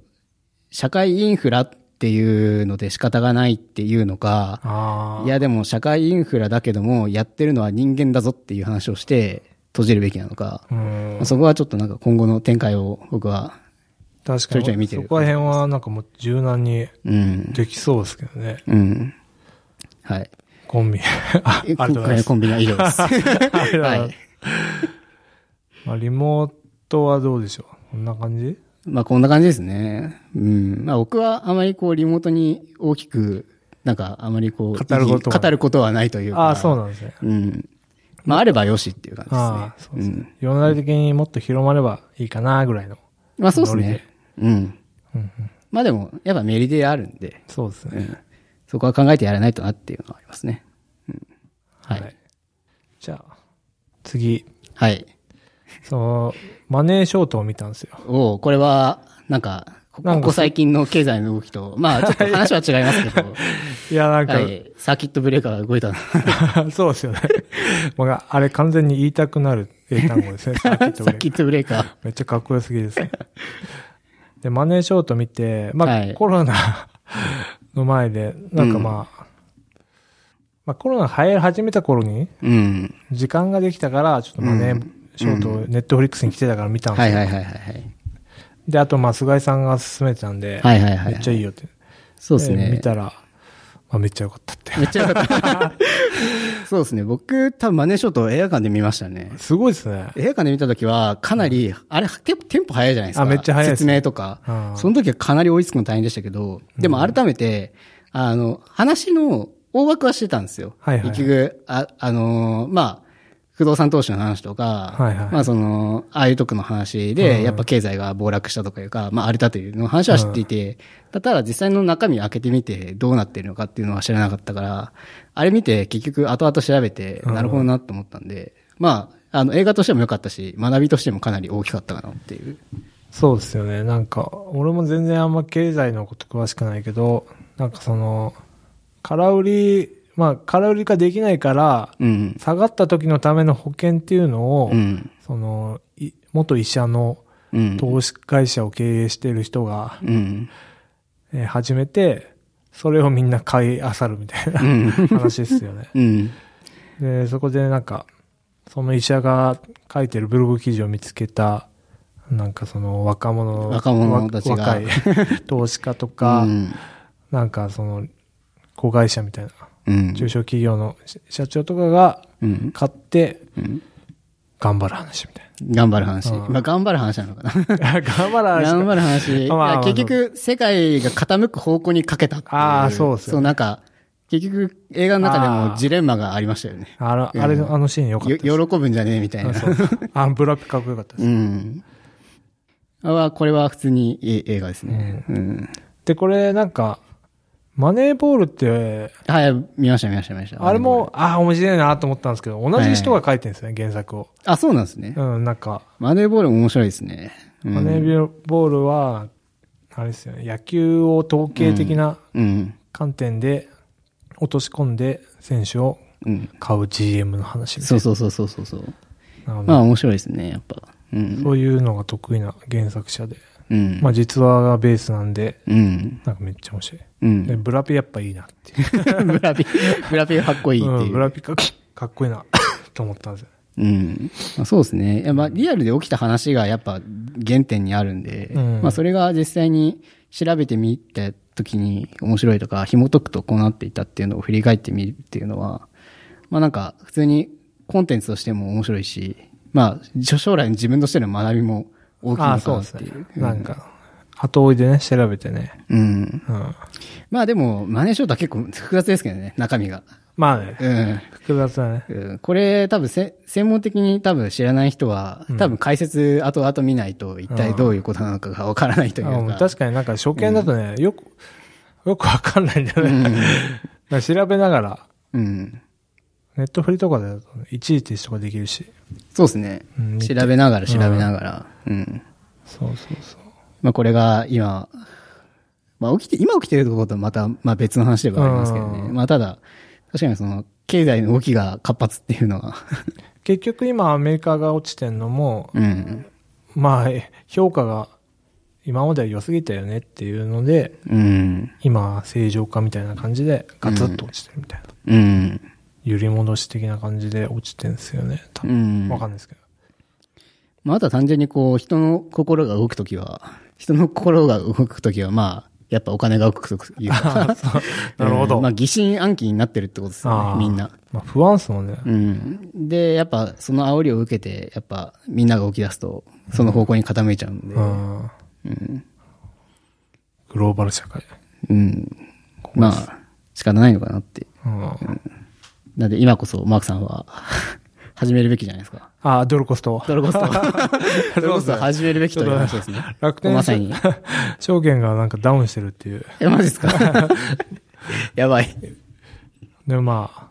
[SPEAKER 2] 社会インフラっていうので仕方がないっていうのか、
[SPEAKER 1] あ
[SPEAKER 2] いやでも社会インフラだけども、やってるのは人間だぞっていう話をして、閉じるべきなのか、
[SPEAKER 1] あ。うん。
[SPEAKER 2] そこはちょっとなんか今後の展開を僕は、
[SPEAKER 1] 確
[SPEAKER 2] ちょいち
[SPEAKER 1] か
[SPEAKER 2] ょい見
[SPEAKER 1] に。
[SPEAKER 2] てる
[SPEAKER 1] そこら辺はなんかもう柔軟に
[SPEAKER 2] うん、
[SPEAKER 1] できそうですけどね。
[SPEAKER 2] うん。はい。
[SPEAKER 1] コ <laughs> ンビ。あ、ありがとうございます。
[SPEAKER 2] コンビニは以上
[SPEAKER 1] <laughs>
[SPEAKER 2] です。
[SPEAKER 1] ありがとうござい
[SPEAKER 2] は
[SPEAKER 1] ます
[SPEAKER 2] い。
[SPEAKER 1] まあ、リモートはどうでしょうこんな感じ
[SPEAKER 2] まあこんな感じですね。うん。まあ僕はあまりこうリモートに大きく、なんかあまりこう、
[SPEAKER 1] 語ることは
[SPEAKER 2] 語ることはないというか。
[SPEAKER 1] ああ、そうなんですね。
[SPEAKER 2] うん。まああればよしっていう感じですね。
[SPEAKER 1] ああ、そうですね。世の中的にもっと広まればいいかな、ぐらいの。
[SPEAKER 2] まあそうです
[SPEAKER 1] ノリ
[SPEAKER 2] ね
[SPEAKER 1] で。
[SPEAKER 2] うん。
[SPEAKER 1] うんうん、
[SPEAKER 2] まあでも、やっぱメリであるんで、
[SPEAKER 1] そうですね。
[SPEAKER 2] うん。そこは考えてやらないとなっていうのはありますね。うん。はい。
[SPEAKER 1] じゃあ、次。
[SPEAKER 2] はい。
[SPEAKER 1] その、マネーショートを見たんですよ。
[SPEAKER 2] おうこれは、なんか、こ
[SPEAKER 1] なん
[SPEAKER 2] こ
[SPEAKER 1] か
[SPEAKER 2] こ最近の経済の動きと、まあちょっと話は違いますけど、
[SPEAKER 1] いや、 <laughs> なんか、
[SPEAKER 2] はい。サーキットブレーカーが動いた
[SPEAKER 1] <laughs>
[SPEAKER 2] な。
[SPEAKER 1] そうですよね。まあ、あれ完全に言いたくなる英単語です <laughs> ね。さっき言った
[SPEAKER 2] サー
[SPEAKER 1] 俺
[SPEAKER 2] キットブレーカー。
[SPEAKER 1] めっちゃかっこよすぎですね。で、マネーショート見て、まあ、
[SPEAKER 2] はい
[SPEAKER 1] コロナ <laughs> の前で、なんかまあ、まあコロナ流行り始めた頃に、
[SPEAKER 2] うん。
[SPEAKER 1] 時間ができたから、ちょっとマネーショートをネットフリックスに来てたから見たんです
[SPEAKER 2] は
[SPEAKER 1] よ。
[SPEAKER 2] いはいはいはい。
[SPEAKER 1] で、あとまあ、菅井さんが勧めてたんで、
[SPEAKER 2] はいはいはい。
[SPEAKER 1] めっちゃいいよって。
[SPEAKER 2] そうです
[SPEAKER 1] で
[SPEAKER 2] ね
[SPEAKER 1] 見。たら、まあ、めっちゃ良かったって。
[SPEAKER 2] めっちゃ良かった。そうですね。僕、多分マネーショートを映画館で見ましたね。
[SPEAKER 1] すごいですね。
[SPEAKER 2] 映画館で見たときは、かなり、あれ、テンポテンポ早いじゃないですか。
[SPEAKER 1] あめっちゃ早いです
[SPEAKER 2] 説明とか。
[SPEAKER 1] うん
[SPEAKER 2] その時はかなり追いつくの大変でしたけど、でも改めて、あの、話の大枠はしてたんですよ。
[SPEAKER 1] はいはいはい
[SPEAKER 2] 結局、あ、あのーまあ、不動産投資の話とか、
[SPEAKER 1] はいはい
[SPEAKER 2] まあその、ああいうとこの話
[SPEAKER 1] う
[SPEAKER 2] で、
[SPEAKER 1] ん
[SPEAKER 2] やっぱ経済が暴落したとかいうか、まあ荒れたというの話は知っていて、だったら実際の中身開けてみてどうなってるのかっていうのは知らなかったから、あれ見て結局後々調べて、
[SPEAKER 1] うん
[SPEAKER 2] なるほどなと思ったんで、まあ、あの映画としても良かったし、学びとしてもかなり大きかったかなっていう。
[SPEAKER 1] そうですよね。なんか、俺も全然あんま経済のこと詳しくないけど、なんかその、空売り、まあ、空売りができないから、
[SPEAKER 2] うん。
[SPEAKER 1] 下がった時のための保険っていうのを、
[SPEAKER 2] うん。
[SPEAKER 1] その、い元医者の
[SPEAKER 2] うん。
[SPEAKER 1] 投資会社を経営している人が、
[SPEAKER 2] うん。
[SPEAKER 1] えー始めて、それをみんな買い漁るみたいな
[SPEAKER 2] うん。
[SPEAKER 1] 話ですよ
[SPEAKER 2] <laughs>
[SPEAKER 1] ね。
[SPEAKER 2] うん。
[SPEAKER 1] で、そこでなんか、その医者が書いてるブログ記事を見つけた、なんかその若者、
[SPEAKER 2] 若者たちが
[SPEAKER 1] わ
[SPEAKER 2] <laughs>
[SPEAKER 1] 若い投資家とか、
[SPEAKER 2] うん
[SPEAKER 1] なんかその、子会社みたいな、
[SPEAKER 2] うん。
[SPEAKER 1] 中小企業のし社長とかが
[SPEAKER 2] うん。
[SPEAKER 1] 買って、
[SPEAKER 2] うん
[SPEAKER 1] 頑張る話みたい
[SPEAKER 2] 頑張る話。
[SPEAKER 1] うん
[SPEAKER 2] まあ、頑張る話なのかな。 <laughs>
[SPEAKER 1] な。頑張る話
[SPEAKER 2] 頑張る話。い
[SPEAKER 1] まあまあ
[SPEAKER 2] や
[SPEAKER 1] まあ
[SPEAKER 2] 結局、世界が傾く方向にかけたっていう。
[SPEAKER 1] あーそうっすよね
[SPEAKER 2] そう、なんか、結局、映画の中でもジレンマがありましたよね。
[SPEAKER 1] あの、あれ、あのシーン良かった
[SPEAKER 2] よ
[SPEAKER 1] です。
[SPEAKER 2] 喜ぶんじゃねえみたいな。
[SPEAKER 1] そうそうあ、ブラックかっこよかったです。
[SPEAKER 2] うん。あ、これは普通にいい映画ですね。うん。
[SPEAKER 1] で、これなんか、マネーボールって、
[SPEAKER 2] はい、見ました見ました見ました。
[SPEAKER 1] あれも、ああ、面白いなと思ったんですけど、同じ人が書いてるんですね、原作を。
[SPEAKER 2] あ、そうなんですね。
[SPEAKER 1] うん、なんか、
[SPEAKER 2] マネーボールも面白いですね。うん
[SPEAKER 1] マネーボールは、あれですよね、野球を統計的な
[SPEAKER 2] うん。
[SPEAKER 1] 観点で落とし込んで選手を
[SPEAKER 2] うん。
[SPEAKER 1] 買う GM の話みた
[SPEAKER 2] そ
[SPEAKER 1] いう
[SPEAKER 2] そうそうそうそうそう。
[SPEAKER 1] ななので
[SPEAKER 2] まあ面白いですね、やっぱ。うん。
[SPEAKER 1] そういうのが得意な原作者で。
[SPEAKER 2] うん。
[SPEAKER 1] まあ実話がベースなんで、
[SPEAKER 2] うん。
[SPEAKER 1] なんかめっちゃ面白い。
[SPEAKER 2] うん
[SPEAKER 1] で、。ブラピやっぱいいなっていう。
[SPEAKER 2] <laughs> ブラピ、ブラピかっこいいって
[SPEAKER 1] う
[SPEAKER 2] い
[SPEAKER 1] ん、ブ
[SPEAKER 2] う。
[SPEAKER 1] ラピかかっこいい
[SPEAKER 2] <laughs>
[SPEAKER 1] なと思ったんですよ。
[SPEAKER 2] うん。まあそうですね。いやまあリアルで起きた話がやっぱ原点にあるんで、
[SPEAKER 1] うん
[SPEAKER 2] まあそれが実際に調べてみた時に面白いとか、紐解くとこうなっていたっていうのを振り返ってみるっていうのは、まあなんか普通にコンテンツとしても面白いし、まあ将来の自分としての学びも大きい
[SPEAKER 1] ああ、
[SPEAKER 2] のか
[SPEAKER 1] そう
[SPEAKER 2] な
[SPEAKER 1] で
[SPEAKER 2] っ
[SPEAKER 1] す
[SPEAKER 2] てい
[SPEAKER 1] ね
[SPEAKER 2] う。。
[SPEAKER 1] なんか、後追いでね、調べてね。
[SPEAKER 2] うん。
[SPEAKER 1] うん。
[SPEAKER 2] まあでも、マネーショートは結構複雑ですけどね、中身が。
[SPEAKER 1] まあね、
[SPEAKER 2] うん。
[SPEAKER 1] 複雑だね。
[SPEAKER 2] うんこれ多分せ、専門的に多分知らない人は、多分解説後々見ないと一体どういうことなのかがわからないというか。
[SPEAKER 1] あ確かになんか初見だとね、よく、よくわか <laughs> んないんだよね。だから調べながら、
[SPEAKER 2] うん。
[SPEAKER 1] ネットフリとかだと、いちいちとかできるし。
[SPEAKER 2] そうですね
[SPEAKER 1] うん。
[SPEAKER 2] 調べながら調べながら。うん。
[SPEAKER 1] そうそうそう。
[SPEAKER 2] まあこれが今、まあ起きて、今起きてることとまた、まあ別の話ではありますけどね。まあただ、確かにその、経済の動きが活発っていうの
[SPEAKER 1] <laughs>
[SPEAKER 2] は、
[SPEAKER 1] 結局今アメリカが落ちてんのも、
[SPEAKER 2] うん。
[SPEAKER 1] まあ、え評価が今までは良すぎたよねっていうので、
[SPEAKER 2] うん。
[SPEAKER 1] 今正常化みたいな感じでガツッと落ちてるみたいな。
[SPEAKER 2] うん。
[SPEAKER 1] 揺り戻し的な感じで落ちてんすよね。多
[SPEAKER 2] う
[SPEAKER 1] 分
[SPEAKER 2] ん。
[SPEAKER 1] わかんないですけど。
[SPEAKER 2] まあ、あとは単純にこう、人の心が動くときは、人の心が動くときは、まあ、やっぱお金が動くというか。
[SPEAKER 1] <laughs> なるほど
[SPEAKER 2] うんまあ、疑心暗鬼になってるってことですよ
[SPEAKER 1] あー
[SPEAKER 2] ね、みんな。
[SPEAKER 1] まあ不安っすもんね。
[SPEAKER 2] うん。で、やっぱその煽りを受けて、やっぱみんなが起き出すと、その方向に傾いちゃうんで。
[SPEAKER 1] う
[SPEAKER 2] うん。
[SPEAKER 1] ん。グローバル社会。
[SPEAKER 2] まあ、仕方ないのかなって。
[SPEAKER 1] うん。
[SPEAKER 2] なんで今こそマークさんは始めるべきじゃないです
[SPEAKER 1] <laughs>
[SPEAKER 2] か。
[SPEAKER 1] あ、ドルコスト。
[SPEAKER 2] ドルコスト。ドルコストを始めるべきという話
[SPEAKER 1] <laughs>
[SPEAKER 2] ですね。
[SPEAKER 1] 楽天
[SPEAKER 2] まさに。
[SPEAKER 1] 証券がなんかダウンしてるっていう。
[SPEAKER 2] え、マジですか <laughs> やばい。
[SPEAKER 1] で、まあ、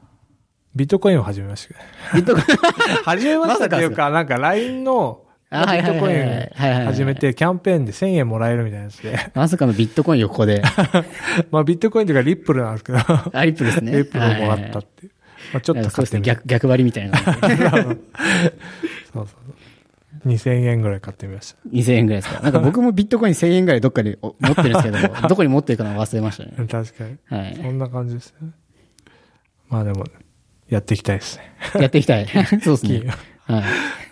[SPEAKER 1] ビットコインを始めましたけど。
[SPEAKER 2] ビットコイン。
[SPEAKER 1] 始めましたっていうか、なんか LINE のビ
[SPEAKER 2] あはい
[SPEAKER 1] ッ
[SPEAKER 2] はい
[SPEAKER 1] ト
[SPEAKER 2] は
[SPEAKER 1] コイ
[SPEAKER 2] いはいはいはい
[SPEAKER 1] ン始めて、キャンペーンで1000円もらえるみたいなやつで。 <laughs>
[SPEAKER 2] まさかのビットコインをここ <laughs> で。
[SPEAKER 1] まあビットコインというかリップルなんですけど、リ
[SPEAKER 2] アリップですね。
[SPEAKER 1] ップルをもらったっていう。まあちょっ
[SPEAKER 2] なん
[SPEAKER 1] と
[SPEAKER 2] かそ
[SPEAKER 1] 買っ
[SPEAKER 2] うですね。
[SPEAKER 1] てみた。
[SPEAKER 2] 逆、逆張りみたいな感じ
[SPEAKER 1] <laughs> そう
[SPEAKER 2] で。
[SPEAKER 1] そうそう。2000円ぐらい買ってみました。
[SPEAKER 2] 2000円ぐらい <laughs> ですか。なんか僕もビットコイン1000円ぐらいどっかでお持ってるんですけ <laughs> ど、どこに持ってるかの忘れましたね。
[SPEAKER 1] 確かに。
[SPEAKER 2] はい。
[SPEAKER 1] そんな感じですね。まあでも、やっていきたいですね。
[SPEAKER 2] やっていきたい。 <laughs> そうです
[SPEAKER 1] 金
[SPEAKER 2] ね
[SPEAKER 1] を。
[SPEAKER 2] はい。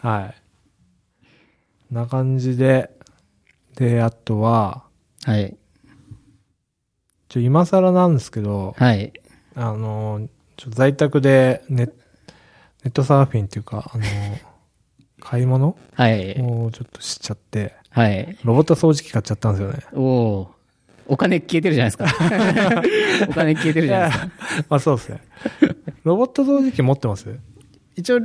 [SPEAKER 1] はい。な感じで、で、あとは、
[SPEAKER 2] はい。
[SPEAKER 1] ちょ、今更なんですけど、
[SPEAKER 2] はい。
[SPEAKER 1] あの、ちょっと在宅でネネットサーフィンっていうか、あの、買い物
[SPEAKER 2] はい。
[SPEAKER 1] をちょっとしちゃって、
[SPEAKER 2] はい。
[SPEAKER 1] ロボット掃除機買っちゃったんですよね。
[SPEAKER 2] おおお金消えてるじゃないです <laughs> か。お金消えてるじゃないですか。
[SPEAKER 1] <laughs> まあそうですね。ロボット掃除機持ってます
[SPEAKER 2] 一応、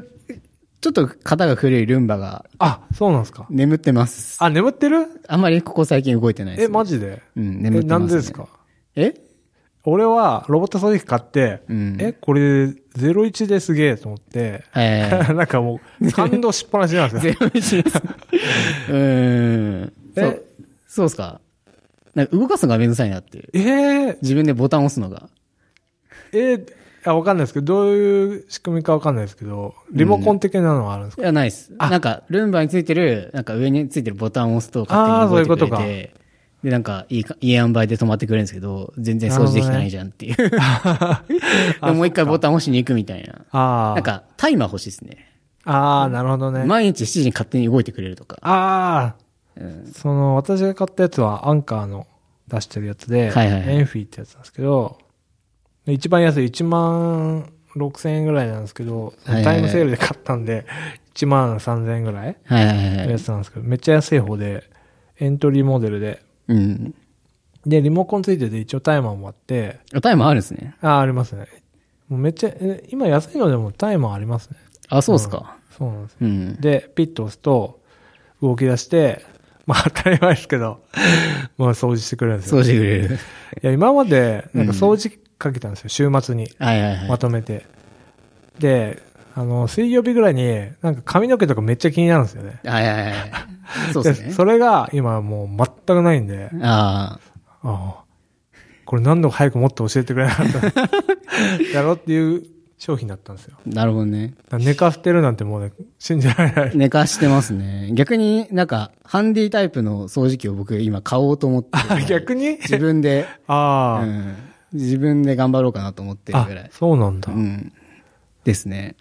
[SPEAKER 2] ちょっと肩が古いルンバが
[SPEAKER 1] あ、そうなんですか。
[SPEAKER 2] 眠ってます。
[SPEAKER 1] あ、眠ってる
[SPEAKER 2] あんまりここ最近動いてないです
[SPEAKER 1] え、
[SPEAKER 2] ね。
[SPEAKER 1] マジで
[SPEAKER 2] うん、
[SPEAKER 1] え、
[SPEAKER 2] 眠ってます、ね。
[SPEAKER 1] なんでですか
[SPEAKER 2] え
[SPEAKER 1] 俺はロボット掃除機買って、
[SPEAKER 2] うん
[SPEAKER 1] え、これ01ですげえと思って、
[SPEAKER 2] え
[SPEAKER 1] <laughs> なんかもう感動しっぱなしなんですよ。
[SPEAKER 2] <laughs> ゼロ一です。うーん。そう
[SPEAKER 1] え。
[SPEAKER 2] そうっすか。なんか動かすのがめんどくさいなっていう。
[SPEAKER 1] えー、
[SPEAKER 2] 自分でボタン押すのが。
[SPEAKER 1] えー、あ、わかんないですけど、どういう仕組みかわかんないですけど、リモコン的なのはあるんです
[SPEAKER 2] い
[SPEAKER 1] か、
[SPEAKER 2] や、ないっす。なんか、ルンバについてる、なんか上についてるボタンを押すと勝手に動いてく
[SPEAKER 1] あー
[SPEAKER 2] れ
[SPEAKER 1] そうい
[SPEAKER 2] て、で、なんか、いいか、いい塩梅で止まってくれるんですけど、全然掃除できてないじゃんっていう。 <laughs> でもう一回ボタン押しに行くみたいな。
[SPEAKER 1] ああ。
[SPEAKER 2] なんか、タイマー欲しいですね。
[SPEAKER 1] ああ、なるほどね。
[SPEAKER 2] 毎日7時に勝手に動いてくれるとか。
[SPEAKER 1] ああ、
[SPEAKER 2] うん
[SPEAKER 1] その、私が買ったやつはアンカーの出してるやつで、
[SPEAKER 2] はいはいはい
[SPEAKER 1] エンフィってやつなんですけど、で一番安い1万6000円ぐらいなんですけど、
[SPEAKER 2] はいはいはい
[SPEAKER 1] タイムセールで買ったんで、1万3000円ぐらい
[SPEAKER 2] はいはいはい
[SPEAKER 1] の
[SPEAKER 2] は
[SPEAKER 1] や
[SPEAKER 2] い。
[SPEAKER 1] つなんですけど、めっちゃ安い方で、エントリーモデルで、
[SPEAKER 2] うん。
[SPEAKER 1] で、リモコンついてて一応タイマーもあって、
[SPEAKER 2] あタイマーあるんですね。
[SPEAKER 1] ああ、ありますね。もうめっちゃ、え今安いのでもタイマーありますね。
[SPEAKER 2] あ、そうっすか。
[SPEAKER 1] そうなんですよ
[SPEAKER 2] うん。
[SPEAKER 1] で、ピッと押すと、動き出して、まあ当たり前ですけど、 <laughs> まあ掃除してくれるんですよ。
[SPEAKER 2] 掃除してくれる。
[SPEAKER 1] いや、今まで、なんか掃除機かけたんですよ、週末に。
[SPEAKER 2] はいはいはい。
[SPEAKER 1] まとめて。で、あの、水曜日ぐらいに、なんか髪の毛とかめっちゃ気になるんですよね。
[SPEAKER 2] はいはい
[SPEAKER 1] <laughs>
[SPEAKER 2] はい。そうですね。
[SPEAKER 1] それが今もう全くないんで、あ
[SPEAKER 2] あ
[SPEAKER 1] あ、これ何度か早くもっと教えてくれなかった。だろうっていう商品だったんですよ。
[SPEAKER 2] あ、なるほどね。
[SPEAKER 1] だから寝かせてるなんてもうね、信じられ
[SPEAKER 2] <laughs>
[SPEAKER 1] ない。
[SPEAKER 2] 寝かしてますね。逆になんか、ハンディタイプの掃除機を僕今買おうと思って。
[SPEAKER 1] 逆に
[SPEAKER 2] 自分で、う
[SPEAKER 1] ああ、
[SPEAKER 2] ん。自分で頑張ろうかなと思ってるぐら
[SPEAKER 1] あ
[SPEAKER 2] い、。
[SPEAKER 1] そうなんだ。
[SPEAKER 2] うん。ですね。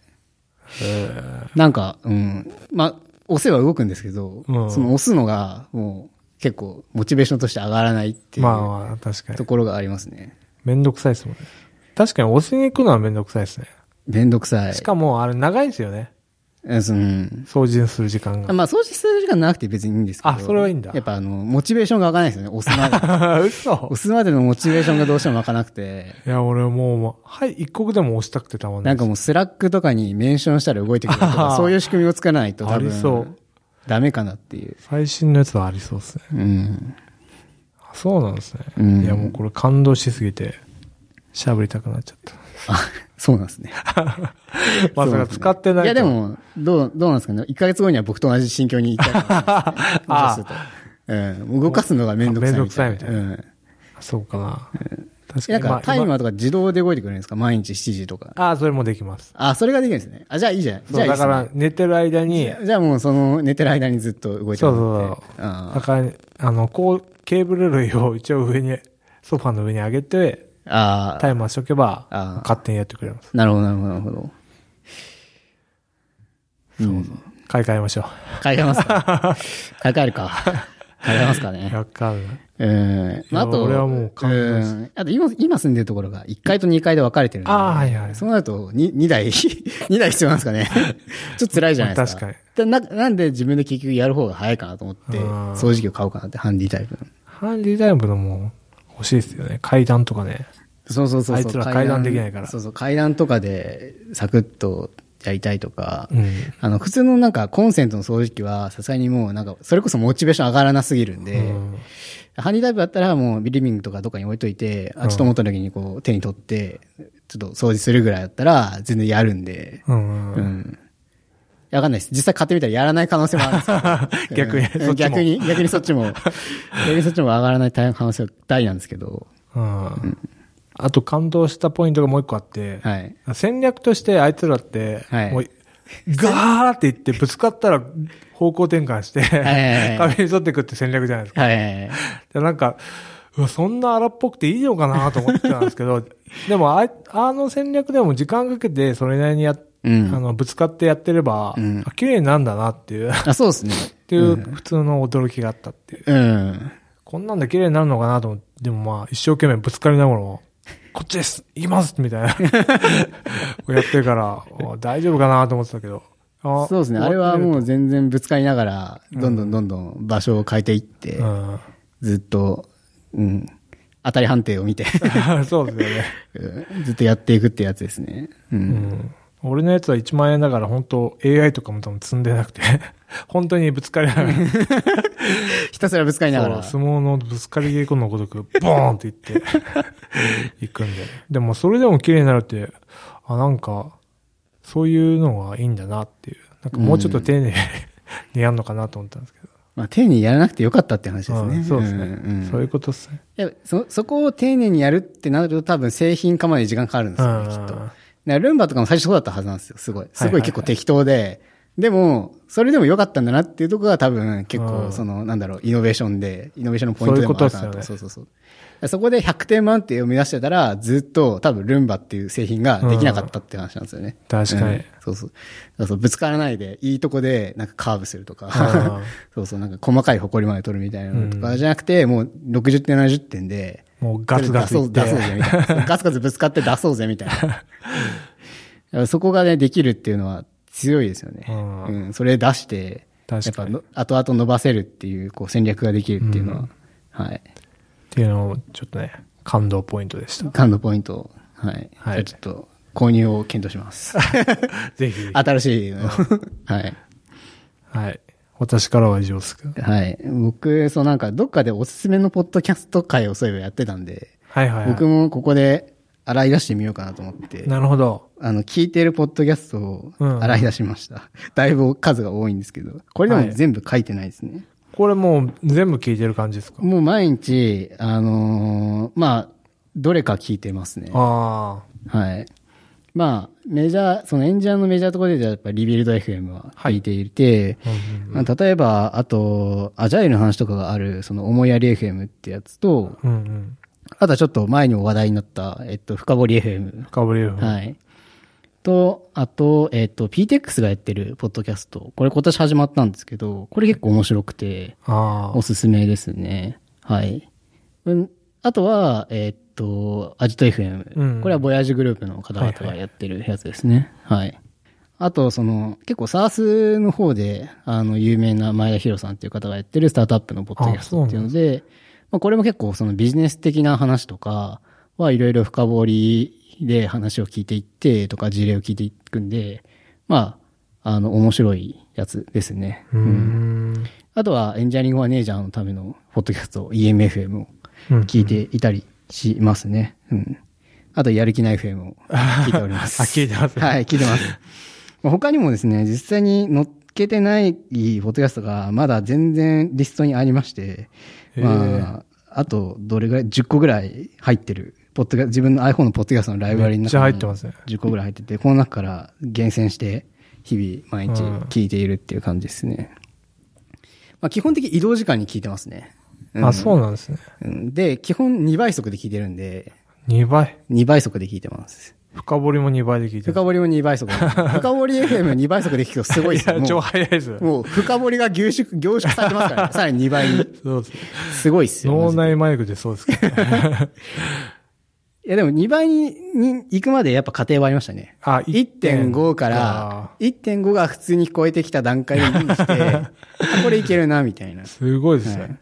[SPEAKER 2] なんか、うん。まあ、押せば動くんですけど、
[SPEAKER 1] うん
[SPEAKER 2] その押すのが、もう、結構、モチベーションとして上がらないっていう、
[SPEAKER 1] まあまあ、確か
[SPEAKER 2] と
[SPEAKER 1] に。
[SPEAKER 2] ころがありますね。
[SPEAKER 1] めんどくさいですもんね。確かに押しに行くのはめんどくさいですね。
[SPEAKER 2] めんどくさい。
[SPEAKER 1] しかも、あれ長いんですよね。
[SPEAKER 2] えそうん。
[SPEAKER 1] 掃除する時間が。
[SPEAKER 2] まあ、掃除する時間なくて別にいいんですけど。
[SPEAKER 1] あそれはいいんだ
[SPEAKER 2] やっぱあの、モチベーションが湧かないですよね。押す
[SPEAKER 1] <laughs>
[SPEAKER 2] まで。
[SPEAKER 1] 嘘
[SPEAKER 2] 押すまでのモチベーションがどうしても湧かなくて。
[SPEAKER 1] いや、俺もうもう、はい、一刻でも押したくてたまんな
[SPEAKER 2] ないん
[SPEAKER 1] です。
[SPEAKER 2] かもうスラックとかにメンションしたら動いてくると
[SPEAKER 1] あ
[SPEAKER 2] か
[SPEAKER 1] は、
[SPEAKER 2] そういう仕組みを作らないと多
[SPEAKER 1] ありそ
[SPEAKER 2] 分
[SPEAKER 1] う、
[SPEAKER 2] ダメかなっていう。
[SPEAKER 1] 最新のやつはありそうですね。
[SPEAKER 2] うん。
[SPEAKER 1] あそうなんですね。
[SPEAKER 2] うん
[SPEAKER 1] いや、もうこれ感動しすぎて、喋りたくなっちゃっ
[SPEAKER 2] <laughs>
[SPEAKER 1] た。
[SPEAKER 2] あ、そうなんですね。
[SPEAKER 1] まさか使ってない
[SPEAKER 2] いやで
[SPEAKER 1] とは
[SPEAKER 2] も、どう、どうなんですかね。1ヶ月後には僕と同じ心境にいたいと思いますね
[SPEAKER 1] ああ <laughs>
[SPEAKER 2] もしかするとうん。動かすのがめんどくさい。
[SPEAKER 1] めんどくさいみたいな
[SPEAKER 2] うん。
[SPEAKER 1] そうかな。確
[SPEAKER 2] な
[SPEAKER 1] か
[SPEAKER 2] ん
[SPEAKER 1] に。
[SPEAKER 2] か、タイマ
[SPEAKER 1] 今
[SPEAKER 2] ーとか自動で動いてくれるんですか毎日7時とか。
[SPEAKER 1] ああ、それもできます。
[SPEAKER 2] あ、それができるんですね。あ、じゃあいいじゃん。じゃ
[SPEAKER 1] そう、
[SPEAKER 2] あいいっ
[SPEAKER 1] だ
[SPEAKER 2] すね
[SPEAKER 1] から寝てる間に、
[SPEAKER 2] <laughs> じゃあもうその、寝てる間にずっと動いて
[SPEAKER 1] そう
[SPEAKER 2] も
[SPEAKER 1] そ
[SPEAKER 2] らっ
[SPEAKER 1] う
[SPEAKER 2] て
[SPEAKER 1] そう。
[SPEAKER 2] あ
[SPEAKER 1] だから、あの、こう、ケーブル類を一応上に、ソファーの上に上げて、
[SPEAKER 2] あ。あ
[SPEAKER 1] タイマーしとけば、
[SPEAKER 2] あー
[SPEAKER 1] 勝手にやってくれます。
[SPEAKER 2] あ。なるほど、なるほど、なるほど。うん
[SPEAKER 1] 買い替えましょう。
[SPEAKER 2] 買い替えま
[SPEAKER 1] <laughs>
[SPEAKER 2] すか買い替えるか。買い替えますかね。
[SPEAKER 1] わかる。
[SPEAKER 2] うん。まあ、あと、
[SPEAKER 1] 俺はもう完全です
[SPEAKER 2] うんあと今、今住んでるところが1階と2階で分かれてるんで。
[SPEAKER 1] ああ、はいはい。
[SPEAKER 2] そうなると2、2台、2台必 <laughs> 要なんです
[SPEAKER 1] <laughs>
[SPEAKER 2] かね。ちょっと辛いじゃないですか。
[SPEAKER 1] まあ確
[SPEAKER 2] でな、なんで自分で結局やる方が早いかなと思って、
[SPEAKER 1] うん
[SPEAKER 2] 掃除機を買おうかなって、ハンディタイプの。
[SPEAKER 1] ハンディタイムのも欲しいですよね。階段とかね。
[SPEAKER 2] そうそうそうそう。
[SPEAKER 1] あいつら階段できないから
[SPEAKER 2] そうそう、階段とかでサクッとやりたいとか、
[SPEAKER 1] うん。
[SPEAKER 2] あの、普通のなんかコンセントの掃除機は、さすがにもうなんか、それこそモチベーション上がらなすぎるんで、
[SPEAKER 1] うん
[SPEAKER 2] ハンディタイプだったらもうビリビングとかどっかに置いといて、あ、ちょっと思った時にこう手に取って、ちょっと掃除するぐらいだったら全然やるんで、
[SPEAKER 1] うん
[SPEAKER 2] う
[SPEAKER 1] うん。
[SPEAKER 2] ん。いやわかんないです。実際買ってみたらやらない可能性もあるんですけど
[SPEAKER 1] <laughs> <laughs> 逆にそ
[SPEAKER 2] うん
[SPEAKER 1] っちも
[SPEAKER 2] 逆に、逆にそ
[SPEAKER 1] <laughs>
[SPEAKER 2] っちも、逆にそっちも上がらない可能性は大なんですけど、
[SPEAKER 1] うん。あと感動したポイントがもう一個あって、
[SPEAKER 2] はい。
[SPEAKER 1] 戦略としてあいつらって、
[SPEAKER 2] はい
[SPEAKER 1] もう、ガーって言ってぶつかったら方向転換して、
[SPEAKER 2] はいはい
[SPEAKER 1] 壁に沿っていくって戦略じゃないですか。
[SPEAKER 2] はい。
[SPEAKER 1] でなんか、うわ、そんな荒っぽくていいのかなと思ってたんですけど、 <laughs> でもあい、あの戦略でも時間かけてそれなりにやっ、
[SPEAKER 2] うん
[SPEAKER 1] あの、ぶつかってやってれば、
[SPEAKER 2] うん
[SPEAKER 1] あ綺麗になるんだなっていう、っ <laughs>
[SPEAKER 2] あ、そうですね。
[SPEAKER 1] ていう普通の驚きがあったっていう。
[SPEAKER 2] うん。
[SPEAKER 1] こんなんで綺麗になるのかなと思って、でもまあ、一生懸命ぶつかりながらも、こっちです行きますみたいな。 <laughs> やってるから、あ大丈夫かなと思ってたけど。あ
[SPEAKER 2] そうですね。あれはもう全然ぶつかりながら、どんどんどんどん場所を変えていって、
[SPEAKER 1] うん。
[SPEAKER 2] ずっと、うん、当たり判定を見て、 <laughs>
[SPEAKER 1] <laughs> そうですよね。
[SPEAKER 2] うんずっとやっていくってやつですね。う。
[SPEAKER 1] うんん。俺のやつは1万円だから、本当 AI とかも多分積んでなくて、 <laughs> 本当にぶつかりながら、
[SPEAKER 2] ひたすらぶつかりながら。
[SPEAKER 1] そう相撲のぶつかり稽古のごとく、ボーンっていって、 <laughs> 行くんで。でも、それでも綺麗になるって、あ、なんか、そういうのがいいんだなっていう。なんかもうちょっと丁寧に <laughs> やるのかなと思ったんですけど。
[SPEAKER 2] まあ、丁寧にやらなくてよかったって話です
[SPEAKER 1] う
[SPEAKER 2] ね。
[SPEAKER 1] んそうですね、
[SPEAKER 2] んん
[SPEAKER 1] そういうことですね。
[SPEAKER 2] いやそ、そこを丁寧にやるってなると多分製品化まで時間かかるんですよね、きっと。だからルンバとかも最初そうだったはずなんですよ、すごい。す
[SPEAKER 1] はい
[SPEAKER 2] ご
[SPEAKER 1] はいい
[SPEAKER 2] 結構適当で。でも、それでも良かったんだなっていうところが多分結
[SPEAKER 1] う
[SPEAKER 2] 構、
[SPEAKER 1] ん
[SPEAKER 2] その、なんだろう、イノベーションで、イノベーションのポイントでもあったなと。
[SPEAKER 1] そう
[SPEAKER 2] そうそうそう。だからそこで100点満点を目指してたら、ずっと多分ルンバっていう製品ができなかったって話なんですよね。
[SPEAKER 1] 確かに
[SPEAKER 2] うんそうそう。だからそうぶつからないで、いいとこで、なんかカーブすると
[SPEAKER 1] あ
[SPEAKER 2] か、 <laughs> そうそう、なんか細かい埃まで取るみたいなのとかじゃなくて、もう60点、70点で、
[SPEAKER 1] もうガツガツ
[SPEAKER 2] 出
[SPEAKER 1] い
[SPEAKER 2] そ
[SPEAKER 1] っ
[SPEAKER 2] う
[SPEAKER 1] て。
[SPEAKER 2] 出そうぜみたいな。ガツガツぶつかって出そうぜみたいな。だ
[SPEAKER 1] <laughs>
[SPEAKER 2] からそこがね、できるっていうのは強いですよね。
[SPEAKER 1] うん
[SPEAKER 2] うん、それ出して、やっ
[SPEAKER 1] 確
[SPEAKER 2] ぱ
[SPEAKER 1] かに
[SPEAKER 2] の後々伸ばせるっていうこう戦略ができるっていうのは、はい。
[SPEAKER 1] っていうのを、ちょっとね、感動ポイントでした。
[SPEAKER 2] 感のポイントを、はい。
[SPEAKER 1] はい
[SPEAKER 2] じゃあちょっと購入を検討します。 <laughs>
[SPEAKER 1] ぜひ。
[SPEAKER 2] 新しいのをはい。
[SPEAKER 1] はい。私からは以上ですけど。
[SPEAKER 2] はい。僕、そうなんか、どっかでおすすめのポッドキャスト会をそういえばやってたんで、
[SPEAKER 1] はいはい、はい。
[SPEAKER 2] 僕もここで洗い出してみようかなと思って。
[SPEAKER 1] なるほど。
[SPEAKER 2] あの、聞いてるポッドキャストを
[SPEAKER 1] うん
[SPEAKER 2] 洗い出しました。 <laughs> だいぶ数が多いんですけど、これでも全部書いてないですね。
[SPEAKER 1] これもう全部聞いてる感じですか
[SPEAKER 2] もう毎日、あのーまあ、どれか聞いてますね。
[SPEAKER 1] あ
[SPEAKER 2] はい。まあ、メジャー、そのエンジニアのメジャーところで言うとやっぱリビルド FM は聞いていて、
[SPEAKER 1] あ。うん
[SPEAKER 2] まあ例えば、あと、アジャイルの話とかがある、その思いやり FM ってやつと、
[SPEAKER 1] うん。うんうん。
[SPEAKER 2] あとはちょっと前にも話題になった、えっと、深掘り FM。
[SPEAKER 1] 深掘り FM。
[SPEAKER 2] はい。と、あと、えっ、と、PTX がやってるポッドキャスト。これ今年始まったんですけど、これ結構面白くて、
[SPEAKER 1] ああ
[SPEAKER 2] お。すすめですね。はい。うん、あとは、えっ、と、アジト FM。
[SPEAKER 1] うん
[SPEAKER 2] これはボヤージュグループの方々がやってるやつですね。はい、あと、その、結構 SARS の方で、あの、有名な前田博さんっていう方がやってるスタートアップのポッドキャストっていうので、まあ、これも結構そのビジネス的な話とかはいろいろ深掘りで話を聞いていってとか事例を聞いていくんで、まあ、あの、面白いやつですね。
[SPEAKER 1] うーん。
[SPEAKER 2] あとは、エンジニアリングマネージャーのためのポッドキャスト、EMFM を
[SPEAKER 1] うん
[SPEAKER 2] 聞いていたりしますね。うん。あと、やる気ない FM を聞いておりま
[SPEAKER 1] <laughs>
[SPEAKER 2] す。
[SPEAKER 1] あ聞いて
[SPEAKER 2] <laughs>
[SPEAKER 1] ますね
[SPEAKER 2] はい、聞いてます。まあ他にもですね、実際に乗っけてないポッドキャストがまだ全然リストにありまして、
[SPEAKER 1] へー
[SPEAKER 2] まあ、あと、どれぐらい、10個ぐらい入ってる。ポッドキャスト、自分の iPhone のポッドキャストのライブラリの
[SPEAKER 1] めっ
[SPEAKER 2] 中
[SPEAKER 1] ちゃ
[SPEAKER 2] に
[SPEAKER 1] 入ってますね。
[SPEAKER 2] 10個ぐらい入ってて、この中から厳選して、日々毎日聞いているっていう感じですね。まあ、基本的に移動時間に聞いてますね。
[SPEAKER 1] あ、そうなんですね。
[SPEAKER 2] うんで、基本2倍速で聞いてるんで、
[SPEAKER 1] 2倍。
[SPEAKER 2] 2倍速で聞いてます。
[SPEAKER 1] 深掘りも2倍で聞いて
[SPEAKER 2] 深
[SPEAKER 1] ます。
[SPEAKER 2] 掘りも2倍速で。深掘り FM2 倍速で聞くとすごいですよ。
[SPEAKER 1] いや、超
[SPEAKER 2] も
[SPEAKER 1] 早いですよ
[SPEAKER 2] う、。もう深掘りが凝縮、凝縮されてますからね。さらに2倍に。
[SPEAKER 1] そうです。
[SPEAKER 2] すごいっすよ。マ
[SPEAKER 1] 脳
[SPEAKER 2] ジで
[SPEAKER 1] 内マイクでそうです
[SPEAKER 2] <laughs>
[SPEAKER 1] けど。
[SPEAKER 2] いやでも2倍にに行くまでやっぱ過程はありましたね。
[SPEAKER 1] あ、
[SPEAKER 2] 1.5から、1.5が普通に聞こえてきた段階でイン
[SPEAKER 1] <laughs>
[SPEAKER 2] して、あこれいけるな、みたいな。
[SPEAKER 1] すごいですね。
[SPEAKER 2] はい